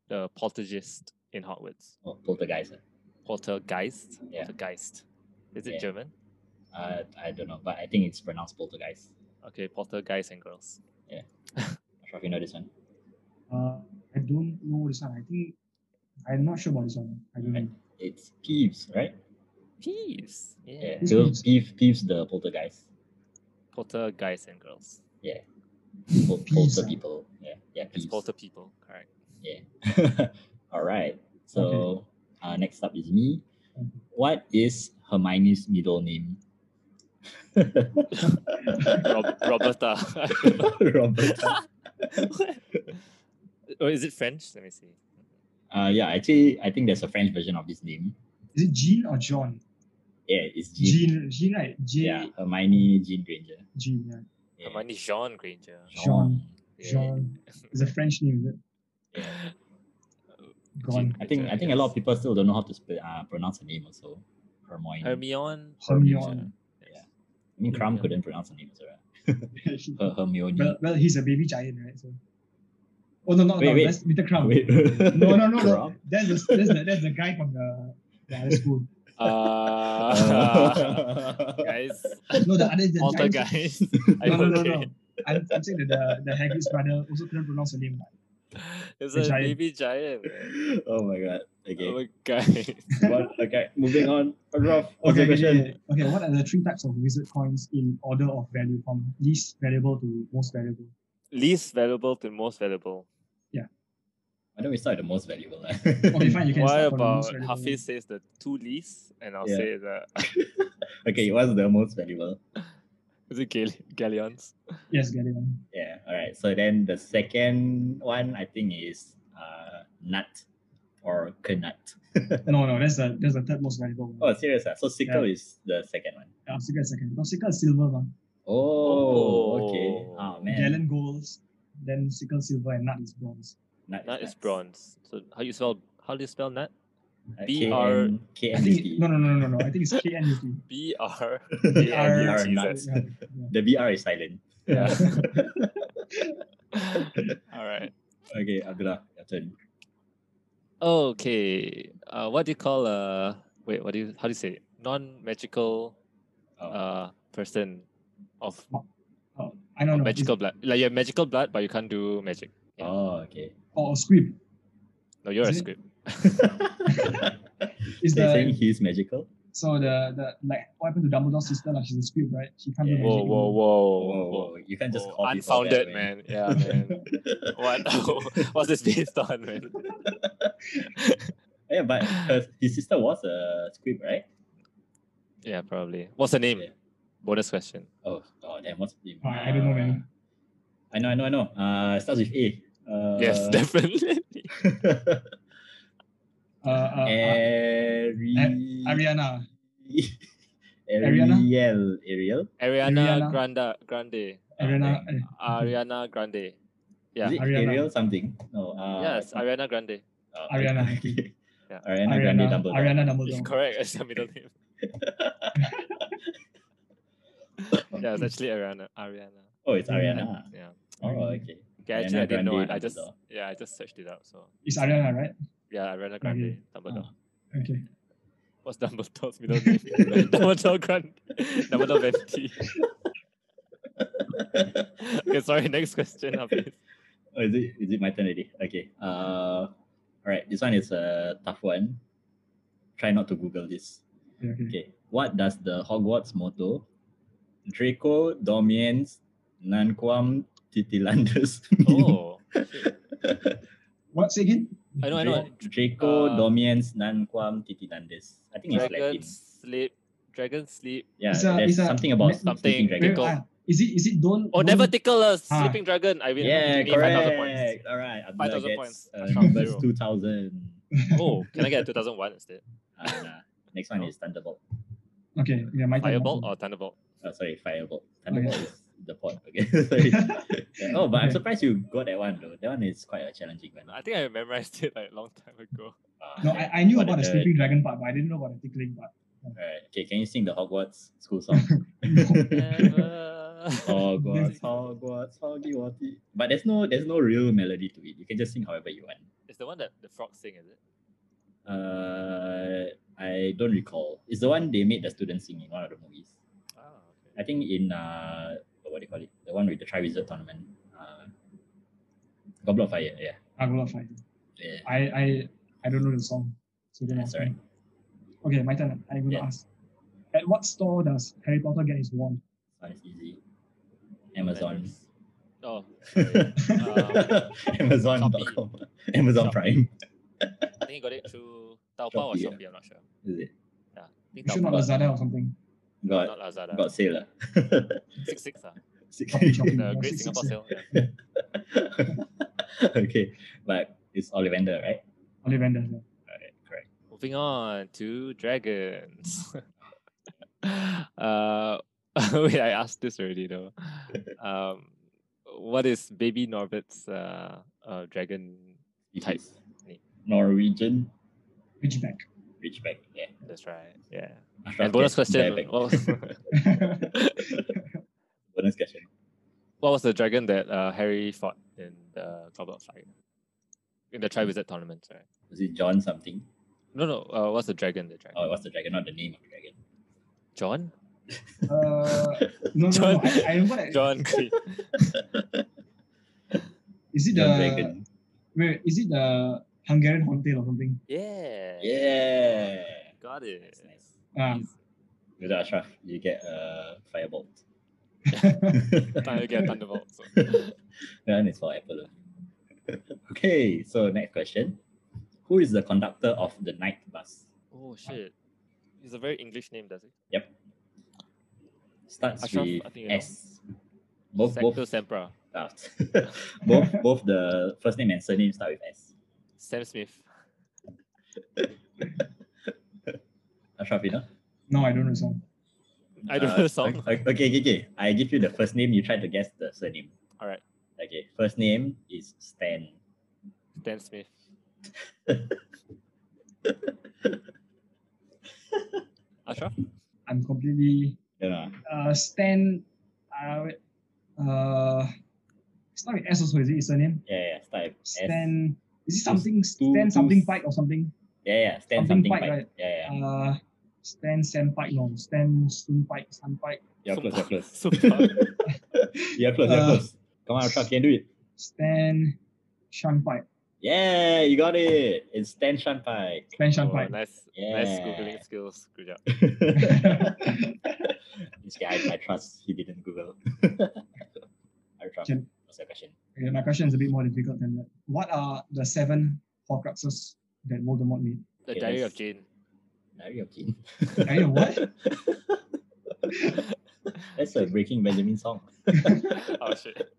Speaker 3: the poltergeist in Hogwarts?
Speaker 1: oh, poltergeist. ah.
Speaker 3: Poltergeist.
Speaker 1: Yeah.
Speaker 3: Poltergeist. Is it
Speaker 1: Yeah.
Speaker 3: German?
Speaker 1: Uh, I don't know, but I think it's pronounced poltergeist.
Speaker 3: Okay, poltergeist and girls.
Speaker 1: Not sure if you know this one.
Speaker 2: Uh, I don't know this one. I think I'm not sure about this one. I don't know.
Speaker 1: It's Peeves, right?
Speaker 3: Peeves.
Speaker 1: Yeah.
Speaker 3: Yeah.
Speaker 1: Peeves,
Speaker 2: Who's Peeves?
Speaker 1: Peeves, Peeves the poltergeist.
Speaker 3: Poltergeist and girls.
Speaker 1: Pol-
Speaker 2: Peeves,
Speaker 1: polter
Speaker 2: ah.
Speaker 1: people. Yeah, yeah,
Speaker 3: It's
Speaker 1: Peeves.
Speaker 3: polter people, correct?
Speaker 1: yeah. All right. So uh, next up is me.
Speaker 2: Okay.
Speaker 1: What is Hermione's middle name?
Speaker 3: Rob- Roberta.
Speaker 1: Roberta.
Speaker 3: or Oh, is it French? Let me see.
Speaker 1: Uh, yeah, actually, I think there's a French version of this name.
Speaker 2: Is it Jean or John?
Speaker 1: Yeah, it's Jean.
Speaker 2: Jean. Jean, right? J.
Speaker 1: Yeah, Hermione Jean Granger.
Speaker 2: Jean, yeah.
Speaker 1: Yeah.
Speaker 3: Hermione Oh, Jean Granger.
Speaker 2: Jean.
Speaker 3: Yeah.
Speaker 2: Jean. It's a French name, is it?
Speaker 1: Yeah.
Speaker 2: Gone.
Speaker 1: I think I think a lot of people still don't know how to sp- uh, pronounce her name also. Hermione.
Speaker 3: Hermione.
Speaker 2: Hermione.
Speaker 1: Yeah. I mean, Crum
Speaker 3: Yeah.
Speaker 1: couldn't pronounce her name also, right? Her- Hermione.
Speaker 2: well, well, he's a baby giant, right? So. Oh no, no,
Speaker 1: Mm. Wait,
Speaker 2: no,
Speaker 1: wait.
Speaker 2: that's Peter Crumb.
Speaker 1: Wait.
Speaker 2: No, no, no, no.
Speaker 1: Crumb?
Speaker 2: That's the that's the that's the guy from the, the other school.
Speaker 3: Uh, guys,
Speaker 2: No, the other the
Speaker 3: alter
Speaker 2: guy-
Speaker 3: guys. Are you
Speaker 2: No, no, no,
Speaker 3: okay?
Speaker 2: no. I'm, I'm saying that the, the Hagrid's brother also couldn't pronounce the name.
Speaker 3: It's
Speaker 2: The
Speaker 3: a
Speaker 2: giant.
Speaker 3: baby giant. man.
Speaker 1: oh my god.
Speaker 3: Oh
Speaker 1: Okay.
Speaker 3: my god.
Speaker 1: What- okay. Moving on. Rough
Speaker 2: Okay, okay,
Speaker 1: observation.
Speaker 2: okay, okay. What are the three types of wizard coins in order of value from least valuable to most valuable?
Speaker 3: least valuable to most valuable.
Speaker 1: Why don't we start with the most valuable? lah?
Speaker 2: Okay, Oh, fine. You can
Speaker 3: Why
Speaker 2: start for the
Speaker 3: about
Speaker 2: most valuable one.
Speaker 3: Hafiz says the two least, and I'll
Speaker 1: Yeah.
Speaker 3: say the
Speaker 1: okay, what's the most valuable?
Speaker 3: is it Gal- galleons?
Speaker 2: Yes, get it. on.
Speaker 1: Yeah. All right. So then the second one I think is uh, nut or knut.
Speaker 2: No, no, that's the that's the third most valuable one.
Speaker 1: Oh, serious? ah? So sickle is the second one.
Speaker 2: Yeah, Africa is second. Because Africa is silver, man.
Speaker 1: Oh, okay. Oh
Speaker 3: Oh.
Speaker 1: man.
Speaker 2: Gallon golds, then sickle silver, and nut is bronze.
Speaker 1: Nut,
Speaker 3: Nut is
Speaker 1: nuts.
Speaker 3: bronze. So how you spell? How do you spell nut?
Speaker 1: Uh,
Speaker 3: B R-
Speaker 1: KN
Speaker 2: I think it,
Speaker 1: KNUT.
Speaker 2: no, no, no, no, no. I think it's KNUT.
Speaker 3: B R.
Speaker 1: B
Speaker 3: Yeah,
Speaker 1: R
Speaker 3: you
Speaker 1: are nuts.
Speaker 3: Jesus.
Speaker 2: Yeah,
Speaker 1: The BR is silent.
Speaker 3: Yeah.
Speaker 2: yeah.
Speaker 3: All right.
Speaker 1: Okay, Abdullah, your turn.
Speaker 3: Okay. Uh, what do you call uh? Wait, what do you? How do you say? Non magical
Speaker 1: Oh,
Speaker 3: uh person of,
Speaker 2: Oh, I don't
Speaker 3: of
Speaker 2: know.
Speaker 3: magical blood. Like you have magical blood, but you can't do magic. yeah.
Speaker 1: oh okay.
Speaker 2: Or squib.
Speaker 3: No, you're a
Speaker 2: Is it?
Speaker 3: script.
Speaker 2: Is
Speaker 1: They're
Speaker 2: the
Speaker 1: saying he's magical?
Speaker 2: so the the like what happened to Dumbledore's sister? Like she's a squib, right? She can't
Speaker 1: Yeah.
Speaker 2: do
Speaker 3: Whoa,
Speaker 2: magic.
Speaker 3: whoa, whoa,
Speaker 1: Whoa,
Speaker 3: whoa,
Speaker 1: whoa, Oh, You can't just
Speaker 3: whoa.
Speaker 1: call people that
Speaker 3: Oh, Unfounded,
Speaker 1: way.
Speaker 3: man. Yeah, man. what? What's this based on, man?
Speaker 1: yeah, but her, his sister was a squib, right?
Speaker 3: Yeah, probably. What's the name?
Speaker 1: Yeah.
Speaker 3: Bonus question.
Speaker 1: Oh, oh, damn, what's the name?
Speaker 2: Oh, I don't know,
Speaker 1: Uh,
Speaker 2: man.
Speaker 1: I know, I know, I know. Uh, it starts with A. Uh,
Speaker 3: yes, definitely.
Speaker 2: Uh, uh, uh,
Speaker 1: Ari...
Speaker 2: Ariana. Ariana?
Speaker 1: Ariel. Ariel.
Speaker 3: Ariana
Speaker 2: Ariana-
Speaker 3: Grande. Grande.
Speaker 2: Ariana. eh,
Speaker 3: Ariana Grande. Yeah.
Speaker 1: Is it
Speaker 2: Ariana.
Speaker 1: Ariel something? No. Uh,
Speaker 3: Yes, Ariana Grande.
Speaker 1: uh,
Speaker 2: Ariana.
Speaker 1: okay.
Speaker 3: Yeah.
Speaker 1: Ariana Grande
Speaker 2: Ariana.
Speaker 1: Dumbledore.
Speaker 2: Ariana
Speaker 3: It's
Speaker 2: Dumbledore.
Speaker 3: correct. It's her middle name. Yeah, it's actually Ariana. Ariana.
Speaker 1: Oh, it's Ariana.
Speaker 3: Yeah.
Speaker 1: Oh, okay.
Speaker 3: Okay, actually,
Speaker 1: Ariana
Speaker 3: I didn't know.
Speaker 1: Grande
Speaker 3: I, I just
Speaker 1: Dumbledore.
Speaker 3: yeah, I just searched it out. So
Speaker 2: It's Ariana, right?
Speaker 3: yeah, Ariana Grande. Dumbledore.
Speaker 2: Okay.
Speaker 3: What's Dumbledore's middle name? Dumbledore Grande. Dumbledore Venti. okay, sorry. Next question, Hafiz.
Speaker 1: Oh, is it is it my turn already? Okay. Uh, all right. This one is a tough one. Try not to Google this.
Speaker 2: Okay. okay.
Speaker 1: Okay. What does the Hogwarts motto? Draco domiens nanquam titilandus. mean?
Speaker 3: Oh, shit.
Speaker 2: What's again?
Speaker 3: I know, I know.
Speaker 1: Dra- Draco
Speaker 3: Uh,
Speaker 1: domiens nanquam titilandus. I think it's
Speaker 3: Dragon
Speaker 1: Latin.
Speaker 3: sleep. Dragon sleep.
Speaker 1: Yeah,
Speaker 2: It's a-
Speaker 1: there's
Speaker 2: it's a
Speaker 1: something about
Speaker 2: ma-
Speaker 1: sleeping
Speaker 3: something-
Speaker 1: dragon.
Speaker 2: Wait,
Speaker 3: Tickle.
Speaker 2: ah, is it is it don't?
Speaker 3: Oh,
Speaker 2: don't-
Speaker 3: never tickle a
Speaker 2: Ah.
Speaker 3: sleeping dragon. I win.
Speaker 1: Yeah,
Speaker 3: give me 5,000
Speaker 1: correct. All right, Abdullah
Speaker 3: 5,000
Speaker 1: gets
Speaker 3: points.
Speaker 1: uh,
Speaker 3: I found
Speaker 1: numbers
Speaker 3: zero.
Speaker 1: two thousand.
Speaker 3: points. Oh, can I get a 2001 instead?
Speaker 1: Uh, nah. Next one is Thunderbolt.
Speaker 2: Okay. Yeah, my turn,
Speaker 3: Firebolt
Speaker 2: my
Speaker 3: or Thunderbolt?
Speaker 1: Oh, sorry, Firebolt. Thunderbolt is the pot. Okay, sorry.
Speaker 2: turn.
Speaker 1: Yeah. Oh, but I'm
Speaker 2: Okay.
Speaker 1: surprised you got that one though. That one is quite a challenging one.
Speaker 3: I think I memorized it like a long time ago.
Speaker 1: Uh,
Speaker 2: No, I, I knew
Speaker 1: what
Speaker 2: about the
Speaker 1: nerd.
Speaker 2: sleeping dragon part, but I didn't know about the tickling part.
Speaker 1: Alright, okay, can you sing the Hogwarts school song?
Speaker 3: Never.
Speaker 1: Hogwarts, Hogwarts, Hogwarts. But there's no there's no real melody to it. You can just sing however you want.
Speaker 3: It's the one that the frogs sing, is it?
Speaker 1: Uh, I don't recall. It's the one they made the students sing in one of the movies.
Speaker 3: Oh,
Speaker 1: I
Speaker 3: okay.
Speaker 1: think in uh what do you call it? The one with the Triwizard tournament. Uh, Goblet of Fire, yeah.
Speaker 2: I will not find it.
Speaker 1: Yeah.
Speaker 2: I, I I don't know the song. So don't
Speaker 1: Yeah,
Speaker 2: ask
Speaker 1: sorry.
Speaker 2: me. Okay, my turn. I'm gonna
Speaker 1: Yeah.
Speaker 2: ask. At what store does Harry Potter get his wand?
Speaker 1: That is easy. Amazon.
Speaker 3: Avengers. Oh, um,
Speaker 1: Amazon.com. Amazon
Speaker 3: Uh, Shopee.
Speaker 1: Prime.
Speaker 3: I think you got it through Taobao or
Speaker 1: Shopee, yeah.
Speaker 3: Shopee, I'm not sure.
Speaker 1: Is it?
Speaker 3: Yeah. I think
Speaker 2: You should not
Speaker 3: Taobao,
Speaker 2: Lazada or something.
Speaker 1: Got
Speaker 3: not Lazada.
Speaker 1: got sale. ah.
Speaker 3: Six six, ah.
Speaker 2: Shopee, Shopee.
Speaker 3: The
Speaker 2: Yeah,
Speaker 3: Great
Speaker 2: 666,
Speaker 3: Singapore
Speaker 2: yeah.
Speaker 3: Sale. yeah.
Speaker 1: okay, but it's Ollivander, right?
Speaker 2: Ollivander. yeah.
Speaker 1: Alright, correct.
Speaker 3: Moving on to dragons. uh, wait, I asked this already though. Um, what is Baby Norbert's uh, uh dragon? Type.
Speaker 1: Species. Norwegian
Speaker 2: Ridgeback.
Speaker 1: Ridgeback. Yeah.
Speaker 3: That's right. Yeah.
Speaker 1: Ashraf
Speaker 3: And
Speaker 1: gets
Speaker 3: bonus question.
Speaker 1: bareback.
Speaker 3: What was,
Speaker 1: bonus question.
Speaker 3: what was the dragon that uh, Harry fought in the Goblet of Fire? In the
Speaker 1: Hmm.
Speaker 3: Triwizard tournament, right?
Speaker 1: Was it John something?
Speaker 3: No, no. Uh, what's the dragon? The dragon.
Speaker 1: Oh, what's the dragon? Not the name of the dragon.
Speaker 3: John.
Speaker 2: uh, no, no,
Speaker 3: John-
Speaker 2: no. I, I remember that-
Speaker 3: John. Queen.
Speaker 2: Is it
Speaker 1: John
Speaker 2: the
Speaker 1: Dragon.
Speaker 2: wait, is it the Hungarian Horntail or something?
Speaker 3: yeah.
Speaker 1: Yeah.
Speaker 3: Got it.
Speaker 1: That's nice.
Speaker 2: Ah,
Speaker 1: With Ashraf, you get a firebolt.
Speaker 3: Now you get a thunderbolt. So.
Speaker 1: that one is for Apple. okay, so next question. Who is the conductor of the night bus?
Speaker 3: Oh shit. It's a very English name, does it?
Speaker 1: Starts
Speaker 3: Ashraf,
Speaker 1: with
Speaker 3: I think you know.
Speaker 1: S. Both
Speaker 3: Sector
Speaker 1: both
Speaker 3: Sempra.
Speaker 1: ah, both both the first name and surname start with S.
Speaker 3: Sam Smith.
Speaker 1: Ashraf, you know?
Speaker 2: No, I don't know the song.
Speaker 3: I don't
Speaker 1: Uh,
Speaker 3: know the song.
Speaker 1: Okay, okay, okay, okay. I give you the first name. You try to guess the surname.
Speaker 3: Alright.
Speaker 1: Okay, first name is Stan.
Speaker 3: Stan Smith. Ashraf?
Speaker 2: I'm completely
Speaker 1: You know,
Speaker 2: uh Stan. Uh, wait, uh, it's not with S also, is it? His surname?
Speaker 1: yeah, yeah, start with S.
Speaker 2: Stan. Is it something
Speaker 1: two-
Speaker 2: Stan
Speaker 1: two
Speaker 2: something
Speaker 1: s-
Speaker 2: Pike or something?
Speaker 1: Yeah, yeah, Stan
Speaker 2: something
Speaker 1: something,
Speaker 2: Pike,
Speaker 1: Pike.
Speaker 2: right?
Speaker 1: Yeah, yeah.
Speaker 2: Uh, Stan Sam Pike. No, Stan Sun Pike. Sun Pike.
Speaker 1: You're close, you're close.
Speaker 3: Super.
Speaker 1: you're close, you're
Speaker 2: Uh,
Speaker 1: close. Come on, Ashraf, you can do it.
Speaker 2: Stan Shan Pike.
Speaker 1: Yeah, you got it. It's Stan Shan Pike.
Speaker 2: Stan Shan
Speaker 3: Oh,
Speaker 2: Pike.
Speaker 3: nice,
Speaker 1: Yeah.
Speaker 3: nice googling skills. Good job.
Speaker 1: this guy, I trust he didn't Google. Ashraf,
Speaker 2: Can-
Speaker 1: what's your question?
Speaker 2: Okay, my question is a bit more difficult than that. What are the seven Horcruxes that Voldemort made?
Speaker 3: The
Speaker 1: Okay,
Speaker 3: Diary
Speaker 1: let's-
Speaker 3: of Jane.
Speaker 1: Diary of Jane.
Speaker 2: Diary of what?
Speaker 1: That's a Breaking Benjamin song.
Speaker 3: oh shit.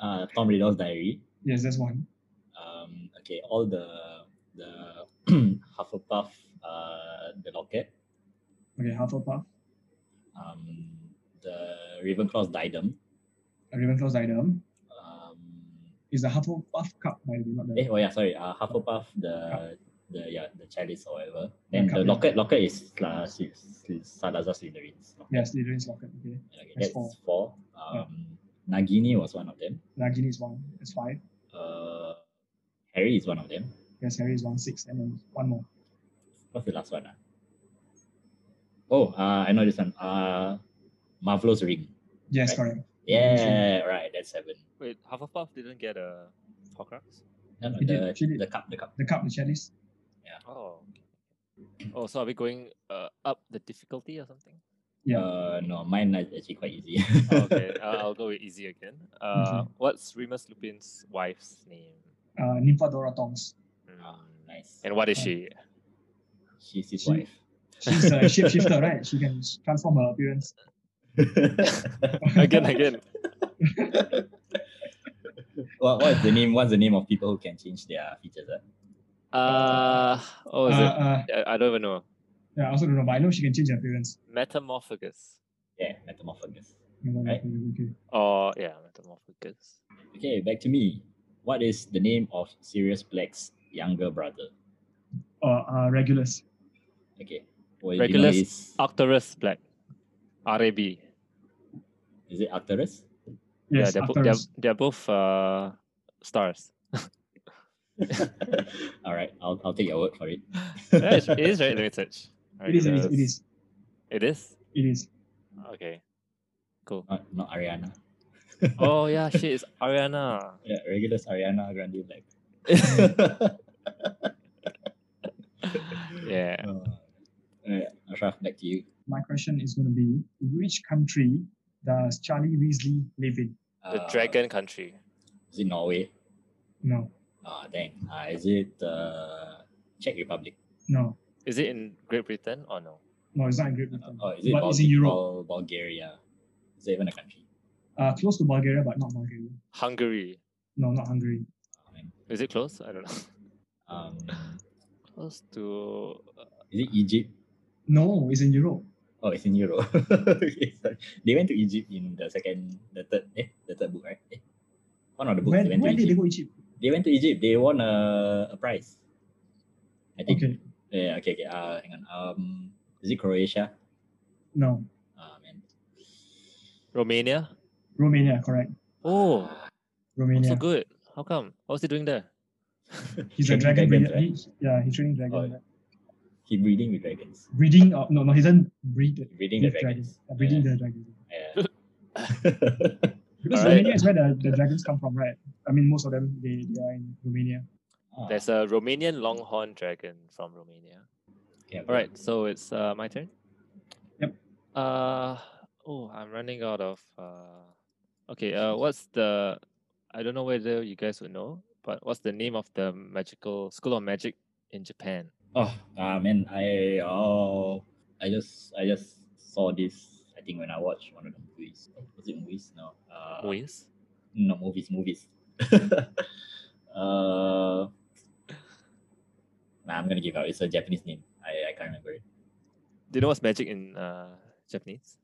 Speaker 1: Uh, Tom Riddle's diary.
Speaker 2: Yes, that's one.
Speaker 1: Um, okay, all the the Hufflepuff, uh, the locket,
Speaker 2: Okay, Hufflepuff,
Speaker 1: um, the Ravenclaw's diadem.
Speaker 2: a Ravenclaw's item.
Speaker 1: Um,
Speaker 2: Is the Hufflepuff cup, by the way, not the
Speaker 1: Eh, oh yeah, sorry. Uh, Hufflepuff, the the yeah, the chalice or whatever. Then
Speaker 2: cup,
Speaker 1: the
Speaker 2: yeah.
Speaker 1: locket, locket is uh, Sly- Sly- Salazar Slytherin's. locket.
Speaker 2: Yes, Slytherin's locket. Okay,
Speaker 1: Okay,
Speaker 2: that's
Speaker 1: that's
Speaker 2: four.
Speaker 1: four. Um, Nagini was one of them.
Speaker 2: Nagini is one. That's five.
Speaker 1: Uh, Harry is one of them.
Speaker 2: Yes, Harry is one. Six, and then one more.
Speaker 1: What's the last one? ah? Oh, uh, I know this one. Uh, Marvelo's ring.
Speaker 2: Yes,
Speaker 1: Right.
Speaker 2: correct.
Speaker 1: Yeah, right. That's seven.
Speaker 3: Wait, Hufflepuff didn't get uh, a Horcrux?
Speaker 1: No, no,
Speaker 2: He did,
Speaker 1: the,
Speaker 2: she did.
Speaker 1: the cup, the cup.
Speaker 2: The cup, the chalice.
Speaker 3: Oh. okay. Oh, so are we going uh, up the difficulty or something?
Speaker 2: Yeah.
Speaker 1: Uh, no, mine is actually quite easy.
Speaker 3: Oh, okay, uh, I'll go with easy again. Uh, what's Remus Lupin's wife's name?
Speaker 2: Uh, Nymphadora Tongs.
Speaker 1: Ah, nice.
Speaker 3: And what is
Speaker 2: Uh,
Speaker 3: she?
Speaker 1: She's his
Speaker 2: She-
Speaker 1: wife.
Speaker 2: She's a shapeshifter, right? She can transform her appearance.
Speaker 3: again, again.
Speaker 1: What what's the name? What's the name of people who can change their features? ah?
Speaker 3: Uh, oh,
Speaker 2: Uh,
Speaker 3: is
Speaker 2: uh,
Speaker 3: it? I, I don't even know.
Speaker 2: yeah, I also don't know, but I know she can change her appearance.
Speaker 3: Metamorphagus.
Speaker 1: Yeah, metamorphosis. Right.
Speaker 2: Okay, okay.
Speaker 3: Or, yeah, Metamorphagus.
Speaker 1: Okay, back to me. What is the name of Sirius Black's younger brother?
Speaker 2: Or uh, Regulus.
Speaker 1: Okay. Well, you know
Speaker 3: Regulus
Speaker 1: is,
Speaker 3: Arcturus Black. R.A.B.
Speaker 1: is it Arcturus?
Speaker 2: Yes,
Speaker 3: yeah, they're, bo- they're,
Speaker 2: Arcturus.
Speaker 3: they're both uh, stars.
Speaker 1: All right, I'll, I'll take your word for it.
Speaker 3: Yeah, it's- it is very limited.
Speaker 2: It is, it is, it
Speaker 3: Regulus.
Speaker 2: is,
Speaker 3: It is?
Speaker 2: it is.
Speaker 3: Okay. Cool.
Speaker 1: Not, not Ariana.
Speaker 3: Oh, yeah, shit, it's Ariana.
Speaker 1: Yeah, Regulus Ariana Grande Black.
Speaker 3: yeah.
Speaker 1: Uh, Alright, Ashraf, back to you.
Speaker 2: My question is going to be which country does Charlie Weasley live in?
Speaker 3: The
Speaker 1: Uh,
Speaker 3: Dragon Country.
Speaker 1: Is it Norway?
Speaker 2: No,
Speaker 1: Ah, dang. Uh, is it uh, Czech Republic?
Speaker 2: no,
Speaker 3: Is it in Great Britain or no?
Speaker 2: no, it's not in Great Britain.
Speaker 1: Uh, oh, is it,
Speaker 2: But it's in
Speaker 1: Bulga-
Speaker 2: Europe.
Speaker 1: Bul- Bulgaria? Is it even a country?
Speaker 2: Uh, close to Bulgaria, but not Bulgaria.
Speaker 3: Hungary.
Speaker 2: No, not Hungary.
Speaker 1: Oh, man.
Speaker 3: Is it close? I don't know.
Speaker 1: Um,
Speaker 3: Close to.
Speaker 1: is it Egypt?
Speaker 2: No, it's in Europe.
Speaker 1: Oh, it's in Europe. okay, sorry. They went to Egypt in the second, the third, eh, the third book, right? Eh, one of the books
Speaker 2: Where,
Speaker 1: they went
Speaker 2: where
Speaker 1: to
Speaker 2: did they
Speaker 1: Egypt.
Speaker 2: go Egypt?
Speaker 1: They went to Egypt. They won a, a prize. I think.
Speaker 2: Okay,
Speaker 1: Yeah, okay, okay. Uh, hang on. Um, is it Croatia?
Speaker 2: no,
Speaker 1: Ah, man.
Speaker 3: Romania?
Speaker 2: Romania, correct.
Speaker 3: Oh,
Speaker 2: Romania.
Speaker 3: so good. How come? What was he doing there?
Speaker 2: He's a
Speaker 1: Training dragons,
Speaker 2: dragon breeder.
Speaker 1: right?
Speaker 2: He- yeah, he's training dragon.
Speaker 1: Oh,
Speaker 2: right?
Speaker 1: He breeding with dragons.
Speaker 2: Breeding, uh, no, no, he doesn't breed the
Speaker 1: Breeding the
Speaker 2: breed dragons.
Speaker 1: dragons.
Speaker 2: Uh, breeding
Speaker 1: Yeah.
Speaker 2: the dragons.
Speaker 1: Yeah.
Speaker 2: Because
Speaker 3: Alright.
Speaker 2: Romania is where the, the dragons come from, right? I mean, most of them, they, they are in Romania.
Speaker 1: Ah,
Speaker 3: There's a Romanian longhorn dragon from Romania.
Speaker 1: yeah,
Speaker 3: All right, so it's uh, my turn.
Speaker 2: Yep.
Speaker 3: Uh oh, I'm running out of. Uh, okay. Uh, what's the I don't know whether you guys would know, but what's the name of the magical school of magic in Japan?
Speaker 1: Oh, uh, man, I oh, I just I just saw this. I think when I watched one of the movies, was it movies? No, uh,
Speaker 3: Moyes?
Speaker 1: no movies, movies. uh, nah, I'm gonna give up. It's a Japanese name. I, I can't remember it.
Speaker 3: Do you know what's magic in uh, Japanese?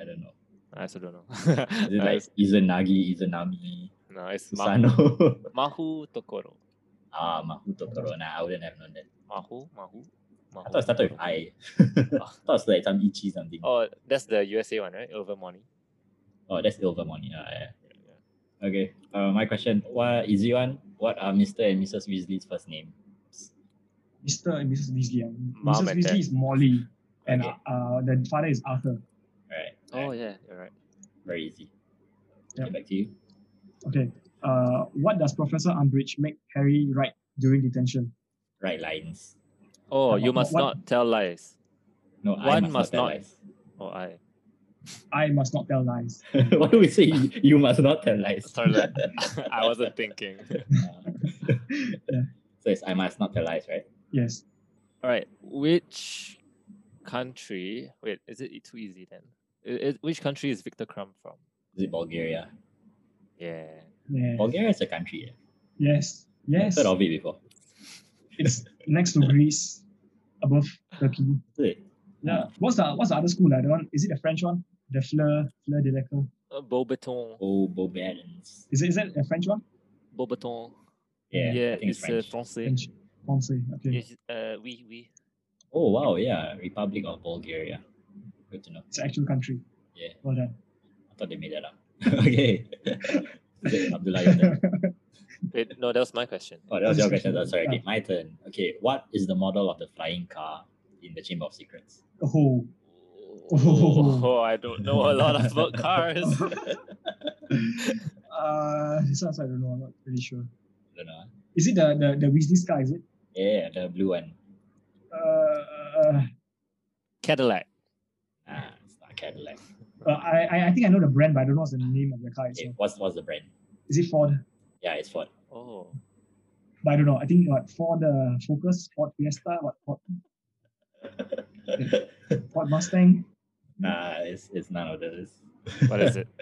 Speaker 1: I don't know.
Speaker 3: I also don't know.
Speaker 1: Is it
Speaker 3: I
Speaker 1: like
Speaker 3: also-
Speaker 1: Izanagi, Izanami,
Speaker 3: no, it's Mahu,
Speaker 1: Susano?
Speaker 3: Mahu Tokoro.
Speaker 1: ah, Mahu Totoro. Nah, I wouldn't have known that.
Speaker 3: Mahu, Mahu, Mahu.
Speaker 1: I thought it started with I. Oh, I
Speaker 3: Ah.
Speaker 1: thought it was like some Ichi something. Oh,
Speaker 3: Oh, that's the USA one, right? Over money.
Speaker 1: that's Ilva Moni. Ah, yeah. Okay. Uh, my question. What easy one? What are Mr. and Mrs. Weasley's first name?
Speaker 2: Mr. and Mrs. Weasley. ah.
Speaker 3: Mom
Speaker 2: Mrs.
Speaker 3: and dad.
Speaker 2: Weasley is Molly, and
Speaker 1: Okay.
Speaker 2: uh, the father is Arthur.
Speaker 1: Alright.
Speaker 3: Oh
Speaker 1: alright.
Speaker 3: yeah, you're right.
Speaker 1: Very easy.
Speaker 2: Yeah.
Speaker 1: Okay, back to you.
Speaker 2: Okay. Uh, what does Professor Umbridge make Harry write during detention?
Speaker 1: Right lines.
Speaker 3: Oh,
Speaker 2: Come
Speaker 3: you
Speaker 2: on,
Speaker 3: must
Speaker 2: what-
Speaker 3: not tell lies.
Speaker 1: No, I
Speaker 3: One
Speaker 1: must,
Speaker 3: must
Speaker 1: not.
Speaker 3: not-
Speaker 1: Tell lies.
Speaker 3: Oh, I.
Speaker 2: I must not tell lies.
Speaker 1: Why do we say you, you must not tell lies?
Speaker 3: Sorry, that- I wasn't thinking.
Speaker 1: Ah.
Speaker 2: Yeah.
Speaker 1: So it's I must not tell lies, right?
Speaker 2: Yes.
Speaker 3: All right, which country? Wait, is it too easy then? I- I- which country is Victor Crumb from?
Speaker 1: Is it Bulgaria?
Speaker 3: Yeah.
Speaker 2: Yeah.
Speaker 3: Oh.
Speaker 1: Bulgaria is a country. Yeah.
Speaker 2: Yes. Yes.
Speaker 1: I've heard of it before.
Speaker 2: It's next to Greece, above Turkey.
Speaker 1: Is it?
Speaker 2: Yeah. What's the What's the other school? Like, the one is it the French one? The Fleur Fleur de Lacour.
Speaker 3: Uh, Beaubaton.
Speaker 1: Oh, Beaubairns.
Speaker 2: Is it Is it a French one?
Speaker 3: Beaubaton.
Speaker 1: Yeah,
Speaker 3: yeah
Speaker 1: I think
Speaker 3: it's
Speaker 1: it's French.
Speaker 3: Uh, Francais.
Speaker 2: French. Francais. Okay.
Speaker 3: Yes, uh, oui, oui.
Speaker 1: Oh wow, yeah, Republic of Bulgaria. Good to know.
Speaker 2: It's an actual country.
Speaker 1: Yeah.
Speaker 2: Well done.
Speaker 1: I thought they made that up. okay. Okay, Abdullah, your turn.
Speaker 3: Wait, no, that was my question.
Speaker 1: Oh, that was your question.
Speaker 2: Yeah.
Speaker 1: Oh, sorry. Okay, my turn. Okay, what is the model of the flying car in the Chamber of Secrets?
Speaker 2: oh.
Speaker 3: Oh, I don't know a lot about cars.
Speaker 2: Uh, this one I don't know. I'm not really sure.
Speaker 1: don't know. ah.
Speaker 2: Is it the the, the Weasley sky? Is it?
Speaker 1: Yeah, the blue one.
Speaker 2: Uh,
Speaker 3: Cadillac.
Speaker 1: Ah, it's not Cadillac.
Speaker 2: uh, I I- I think I know the brand, but I don't know what's the name of the car.
Speaker 1: Okay,
Speaker 2: itself.
Speaker 1: what's what's the brand?
Speaker 2: Is it Ford?
Speaker 1: Yeah, it's Ford.
Speaker 3: Oh,
Speaker 2: But I don't know. I think what Ford uh, Focus, Ford Fiesta, what Ford, Ford Mustang.
Speaker 1: nah, it's it's none of those.
Speaker 3: what is it?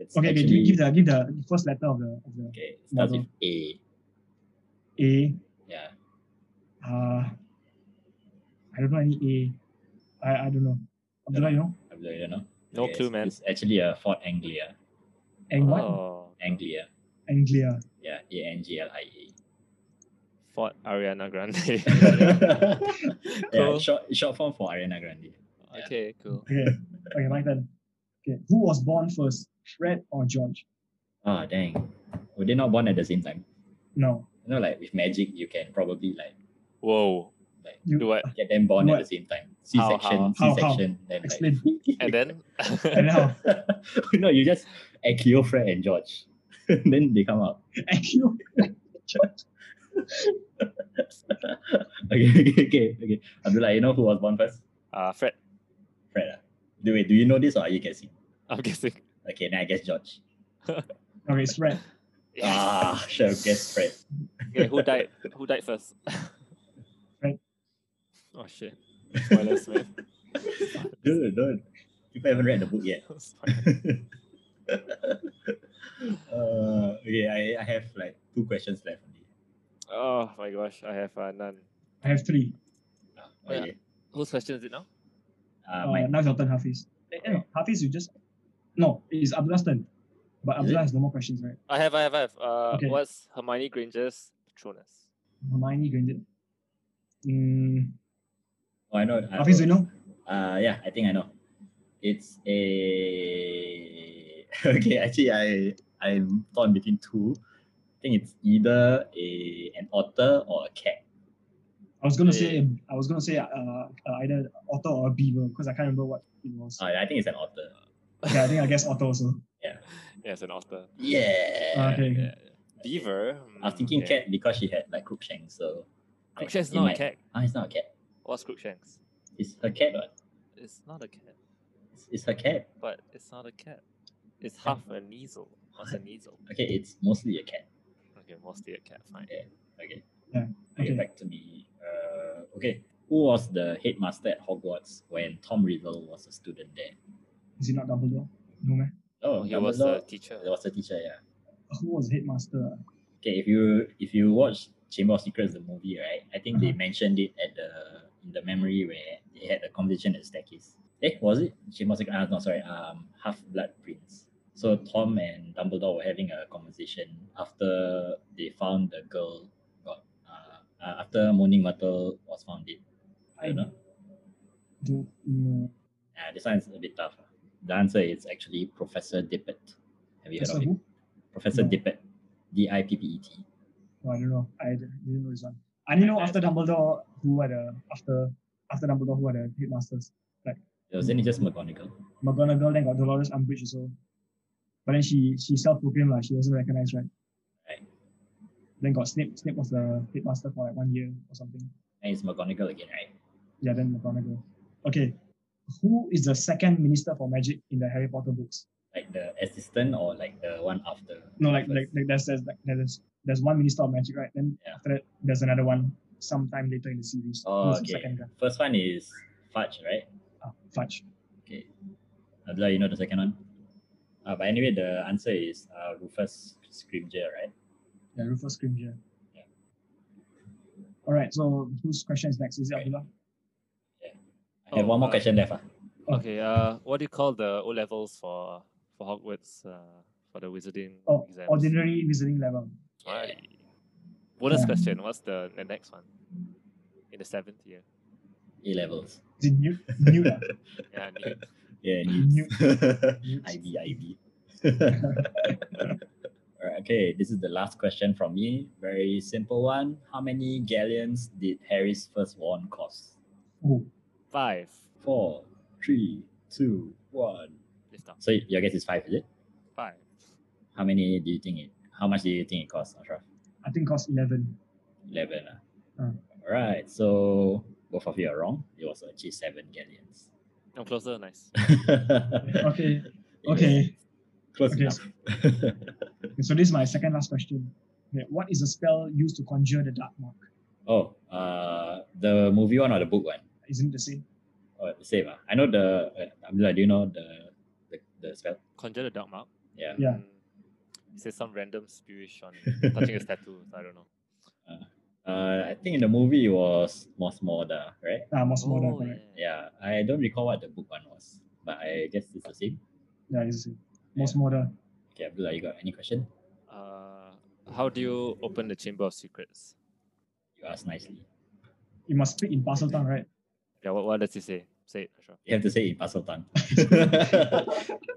Speaker 1: It's
Speaker 2: Okay, okay,
Speaker 1: actually-
Speaker 2: give, give the give the first letter of the of the
Speaker 1: okay, it starts with
Speaker 2: Model.
Speaker 1: A.
Speaker 2: A.
Speaker 1: Yeah.
Speaker 2: Uh, I don't know any A. I I don't know. Abdullah, you know?
Speaker 1: Abdullah, you don't know?
Speaker 3: No
Speaker 1: Okay,
Speaker 3: clue,
Speaker 1: it's-
Speaker 3: man.
Speaker 1: It's actually a Ford Anglia.
Speaker 2: Ang what?
Speaker 3: Oh,
Speaker 1: Anglia.
Speaker 2: Anglia.
Speaker 1: Yeah, A N G L I E. A.
Speaker 3: Ford Ariana Grande.
Speaker 1: Yeah,
Speaker 3: Cool.
Speaker 1: short, short form for Ariana Grande.
Speaker 3: okay, cool.
Speaker 2: Okay. okay, my turn. Okay. Who was born first? Fred or George?
Speaker 1: Ah, dang. Were they not born at the same time?
Speaker 2: No.
Speaker 1: You know, like with magic, you can probably like
Speaker 3: Whoa.
Speaker 1: like
Speaker 2: You
Speaker 3: Do what?
Speaker 1: get them born
Speaker 2: What?
Speaker 1: at the same time. C section, C
Speaker 2: how, how?
Speaker 1: section, then like.
Speaker 2: explain.
Speaker 3: And then?
Speaker 2: And then how?
Speaker 1: no, you just Akio, Fred, and George. then they come out.
Speaker 2: Thank you. George.
Speaker 1: Okay, okay, okay, okay. Abdullah, you know who was born first?
Speaker 3: uh, Fred,
Speaker 1: Fred. Ah. Do wait, do you know this or are you guessing?
Speaker 3: I'm guessing.
Speaker 1: Okay, then I guess George.
Speaker 2: Okay, it's Fred.
Speaker 1: Ah, sure, guess Fred.
Speaker 3: Okay, who died? Who died first?
Speaker 2: Fred.
Speaker 3: Oh, shit. Spoilers, man.
Speaker 1: Dude, dude. People haven't read the book yet.
Speaker 3: Spoilers.
Speaker 1: uh, okay, I, I have like two questions left only.
Speaker 3: oh, my gosh. I have uh, none.
Speaker 2: I have three.
Speaker 1: Oh, okay.
Speaker 3: Whose question is it now?
Speaker 1: Uh,
Speaker 2: Uh,
Speaker 1: mine.
Speaker 2: now it's your turn, Hafiz. Eh, eh, no, Hafiz, you just. No, it's Abdullah's turn. But
Speaker 1: Is it?
Speaker 2: Abdullah has no more questions, right?
Speaker 3: I have, I have, I have. Uh,
Speaker 2: Okay.
Speaker 3: What's Hermione Granger's Patronus?
Speaker 2: Hermione Granger. Mm,
Speaker 1: Oh, I know. I
Speaker 2: Hafiz, you know?
Speaker 1: Uh, yeah, I think I know. It's a okay. Actually, I I'm torn between two. I think it's either a an otter or a cat.
Speaker 2: I was gonna
Speaker 3: Yeah.
Speaker 2: say I was gonna say uh, uh either otter or a beaver because I can't remember what it was.
Speaker 1: Uh, I think it's an otter.
Speaker 2: yeah, I think I guess otter also.
Speaker 3: Yeah, it's an author.
Speaker 1: Yeah.
Speaker 2: Okay.
Speaker 3: Yeah. Beaver. Hmm,
Speaker 1: I was thinking cat because she had like Crookshanks, so like,
Speaker 3: Crookshanks is
Speaker 1: it
Speaker 3: not a
Speaker 1: might-
Speaker 3: cat.
Speaker 1: Ah, it's not a cat.
Speaker 3: What's Crookshanks?
Speaker 1: It's her cat. What?
Speaker 3: It's not a cat,
Speaker 1: It's, it's her cat.
Speaker 3: but it's not a cat. It's half a weasel. What's a Neasel?
Speaker 1: Okay, it's mostly a cat.
Speaker 3: Okay, mostly a cat. Fine.
Speaker 1: Okay.
Speaker 2: Yeah,
Speaker 1: Okay,
Speaker 2: okay.
Speaker 1: back to me. Uh, okay. Who was the headmaster at Hogwarts when Tom Riddle was a student there?
Speaker 2: Is it not Dumbledore? No man.
Speaker 1: Oh,
Speaker 3: He was a teacher.
Speaker 1: He was a teacher, yeah.
Speaker 2: Who was headmaster?
Speaker 1: Okay, if you if you watch Chamber of Secrets the movie, right? I think
Speaker 2: Uh-huh.
Speaker 1: they mentioned it at the in the memory where they had a conversation at the staircase. Eh, was it Chamber of Secrets? Ah, no, sorry. Um, Half Blood Prince. So Tom and Dumbledore were having a conversation after they found the girl got uh, uh, after Morning Metal was found dead. I don't know.
Speaker 2: Don't know.
Speaker 1: Uh, this one is a bit tough. ah. The answer is actually Professor Dippet. Have you heard
Speaker 2: That's
Speaker 1: of
Speaker 2: not
Speaker 1: him?
Speaker 2: who?
Speaker 1: Professor
Speaker 2: No.
Speaker 1: Dippet. D I P P E T.
Speaker 2: Oh, I don't know. I didn't didn't know this one. I didn't know after Dumbledore who were the after after Dumbledore who were the headmasters.
Speaker 1: Wasn't it just McGonagall?
Speaker 2: McGonagall then got Dolores Umbridge also. But then she she self proclaimed like she wasn't recognized, right?
Speaker 1: Right.
Speaker 2: Then got Snape. Snape was the headmaster for like one year or something.
Speaker 1: And it's McGonagall again, right?
Speaker 2: Yeah, then McGonagall. Okay. Who is the second minister for magic in the Harry Potter books?
Speaker 1: Like the assistant or like the one after?
Speaker 2: No, like
Speaker 1: the
Speaker 2: like,
Speaker 1: first?
Speaker 2: like there's there's like, there's there's one minister of magic, right? Then
Speaker 1: Yeah.
Speaker 2: after that there's another one sometime later in the series.
Speaker 1: Oh,
Speaker 2: Who's the
Speaker 1: okay.
Speaker 2: second guy?
Speaker 1: First one is Fudge, right?
Speaker 2: Ah, Fudge.
Speaker 1: Abdullah, you know the second one? Uh, but anyway, the answer is uh, Rufus Scrimgeour, right?
Speaker 2: Yeah, Rufus Scrimgeour.
Speaker 1: Yeah.
Speaker 2: All right. So whose question is next? Is it
Speaker 1: Okay.
Speaker 2: Abdullah?
Speaker 1: I have
Speaker 3: Oh,
Speaker 1: one more
Speaker 3: uh,
Speaker 1: question left. ah.
Speaker 3: Okay. Uh, what do you call the O levels for for Hogwarts? Uh, for the wizarding
Speaker 2: Oh,
Speaker 3: exams.
Speaker 2: ordinary visiting level.
Speaker 3: Alright. Bonus
Speaker 2: Yeah.
Speaker 3: question. What's the, the next one? In the seventh year.
Speaker 1: A levels.
Speaker 2: Is it ah. new? new lah.
Speaker 3: Yeah. I knew.
Speaker 1: Yeah,
Speaker 2: New-
Speaker 1: needs.
Speaker 2: new-
Speaker 1: IB, IB. All right, okay, this is the last question from me. Very simple one. How many galleons did Harry's first wand cost?
Speaker 2: Oh,
Speaker 3: Five.
Speaker 1: Four, three, two, one.
Speaker 3: Lift up.
Speaker 1: So your guess is five, is it?
Speaker 3: Five.
Speaker 1: How many do you think it? How much do you think it costs, Ashraf?
Speaker 2: I think cost eleven.
Speaker 1: Eleven. ah.
Speaker 2: Mm.
Speaker 1: All right. So both of you are wrong. It was actually seven galleons.
Speaker 3: No closer. Nice.
Speaker 2: Okay.
Speaker 1: It was
Speaker 2: Okay.
Speaker 1: Close
Speaker 2: Okay.
Speaker 1: enough.
Speaker 2: So this is my second last question. Okay, what is the spell used to conjure the dark mark?
Speaker 1: oh, uh, the movie one or the book one?
Speaker 2: Isn't it the same?
Speaker 1: Oh, the same. ah. I know the. Uh, Abdullah, do you know the the, the spell?
Speaker 3: Conjure the dark mark.
Speaker 1: Yeah.
Speaker 2: Yeah.
Speaker 3: Mm. It says some random spiration touching a statue. So I don't know.
Speaker 1: Uh, I think in the movie it was Mosmorda, right?
Speaker 2: Ah, Mosmorda,
Speaker 3: Oh,
Speaker 2: correct.
Speaker 3: yeah.
Speaker 1: Yeah. I don't recall what the book one was, but I guess it's the same.
Speaker 2: Yeah, it's the same.
Speaker 1: Yeah.
Speaker 2: Mosmorda.
Speaker 1: Okay, Abdullah, you got any question?
Speaker 3: Uh, how do you open the Chamber of Secrets?
Speaker 1: You asked nicely.
Speaker 2: You must speak in Basel tongue, right?
Speaker 3: Yeah, what, what does it say? Say it, Ashraf.
Speaker 1: You have to say it in Pasal Tan.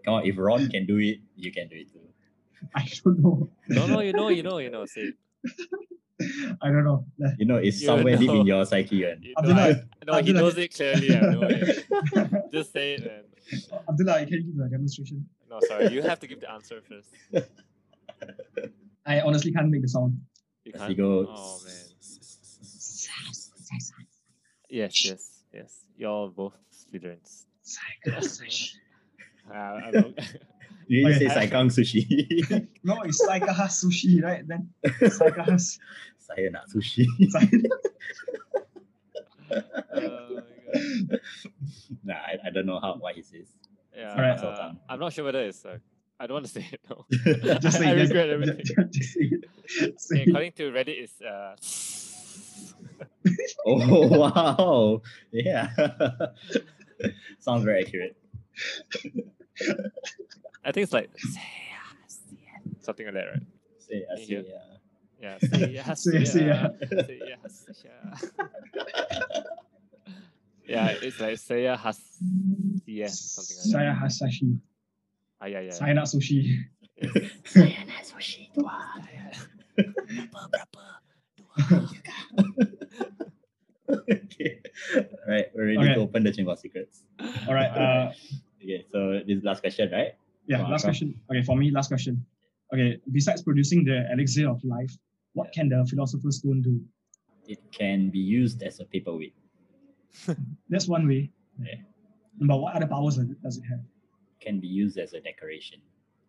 Speaker 1: Come on, if Ron can do it, you can do it too.
Speaker 2: I don't know.
Speaker 3: No, no, you know, you know, you know. Say it.
Speaker 2: I don't know.
Speaker 1: You know, it's
Speaker 3: You
Speaker 1: somewhere deep in
Speaker 3: know.
Speaker 1: your psyche. And
Speaker 3: You know,
Speaker 2: Abdullah,
Speaker 3: I, no, he
Speaker 2: Abdullah.
Speaker 3: knows it clearly. I know it. Just say it, man.
Speaker 2: Abdullah, I can give you a demonstration.
Speaker 3: No, sorry. You have to give the answer first.
Speaker 2: I honestly can't make the sound.
Speaker 3: You
Speaker 1: as you
Speaker 3: can't.
Speaker 1: go,
Speaker 3: Oh man. Yes, yes, yes. Y'all both students. Uh, I'm not-
Speaker 1: you need to say
Speaker 3: Okay.
Speaker 1: Saikang Sushi.
Speaker 2: no, it's Saikaha sushi, right? Then Saikaha s-
Speaker 1: Sayana Sushi.
Speaker 3: oh my God.
Speaker 1: nah, I, I don't know how why he says.
Speaker 3: yeah,
Speaker 2: Alright.
Speaker 3: uh, I'm not sure whether it's. Uh, I don't want to say it. No.
Speaker 2: Just say
Speaker 3: I
Speaker 2: it, just-
Speaker 3: regret everything.
Speaker 2: just- just say it. Say
Speaker 3: Okay,
Speaker 2: it.
Speaker 3: according to Reddit, it's uh,
Speaker 1: Oh wow. Yeah. Sounds very accurate.
Speaker 3: I think it's like something like that, right?
Speaker 1: Say, I
Speaker 3: Yeah.
Speaker 1: say, yeah.
Speaker 3: Yeah. Say yes.
Speaker 2: Say yes, say
Speaker 3: yeah, say yes, yeah. Yeah, it's like say yeah, has yeah, something like
Speaker 2: Saikaha
Speaker 3: that.
Speaker 2: sushi.
Speaker 3: Ah, yeah, yeah.
Speaker 2: Sayana sushi.
Speaker 1: Sayana Sushi. okay. All right, we're ready
Speaker 2: Okay.
Speaker 1: to open the Chamber of Secrets.
Speaker 2: All right. Uh,
Speaker 1: Okay, so this is last question, right?
Speaker 2: Yeah,
Speaker 1: Wow,
Speaker 2: last
Speaker 1: wow.
Speaker 2: question. Okay, for me, last question. Okay, besides producing the elixir of life, what can the philosopher's stone do?
Speaker 1: It can be used as a paperweight.
Speaker 2: That's one way.
Speaker 1: Yeah.
Speaker 2: But what other powers does it- does it have?
Speaker 1: It can be used as a decoration,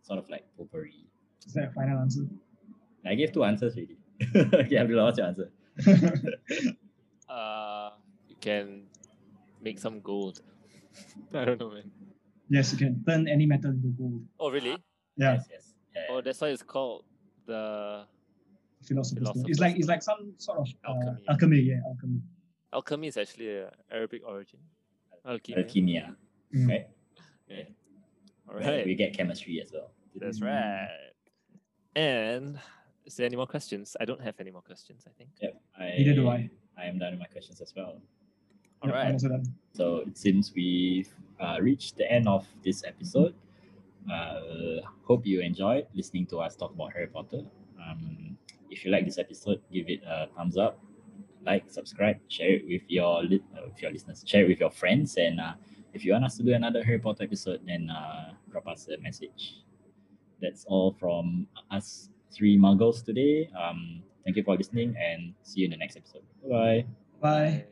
Speaker 1: sort of like potpourri.
Speaker 2: Is that a final answer?
Speaker 1: I gave two answers already. okay, Abdullah, what's your answer?
Speaker 3: Uh, you can make some gold. I don't know, man.
Speaker 2: yes, you can turn any metal into gold.
Speaker 3: Oh, really?
Speaker 2: Yeah,
Speaker 1: Yes, yes. Yeah,
Speaker 3: Oh, that's why it's called the
Speaker 2: philosopher's stone.
Speaker 3: Philosopher's
Speaker 2: It's like it's like some sort of uh,
Speaker 3: Alchemy.
Speaker 2: alchemy. Yeah, alchemy.
Speaker 3: alchemy is actually an Arabic origin. Alchemy.
Speaker 1: alchemia.
Speaker 2: Mm.
Speaker 1: Right.
Speaker 3: All
Speaker 1: Right. We
Speaker 3: right.
Speaker 1: get chemistry as well.
Speaker 3: That's right. And is there any more questions? I don't have any more questions. I think.
Speaker 1: I,
Speaker 2: Neither do I.
Speaker 1: I am done with my questions as well.
Speaker 3: All
Speaker 2: Yep, I'm
Speaker 3: right.
Speaker 2: also done.
Speaker 1: So it seems we've uh, reached the end of this episode. Uh, hope you enjoyed listening to us talk about Harry Potter. Um, if you like this episode, give it a thumbs up, like, subscribe, share it with your li- uh, with your listeners, share it with your friends, and uh, if you want us to do another Harry Potter episode, then uh, drop us a message. That's all from us three muggles today. Um, thank you for listening, and see you in the next episode. Bye.
Speaker 2: Bye.
Speaker 3: Bye.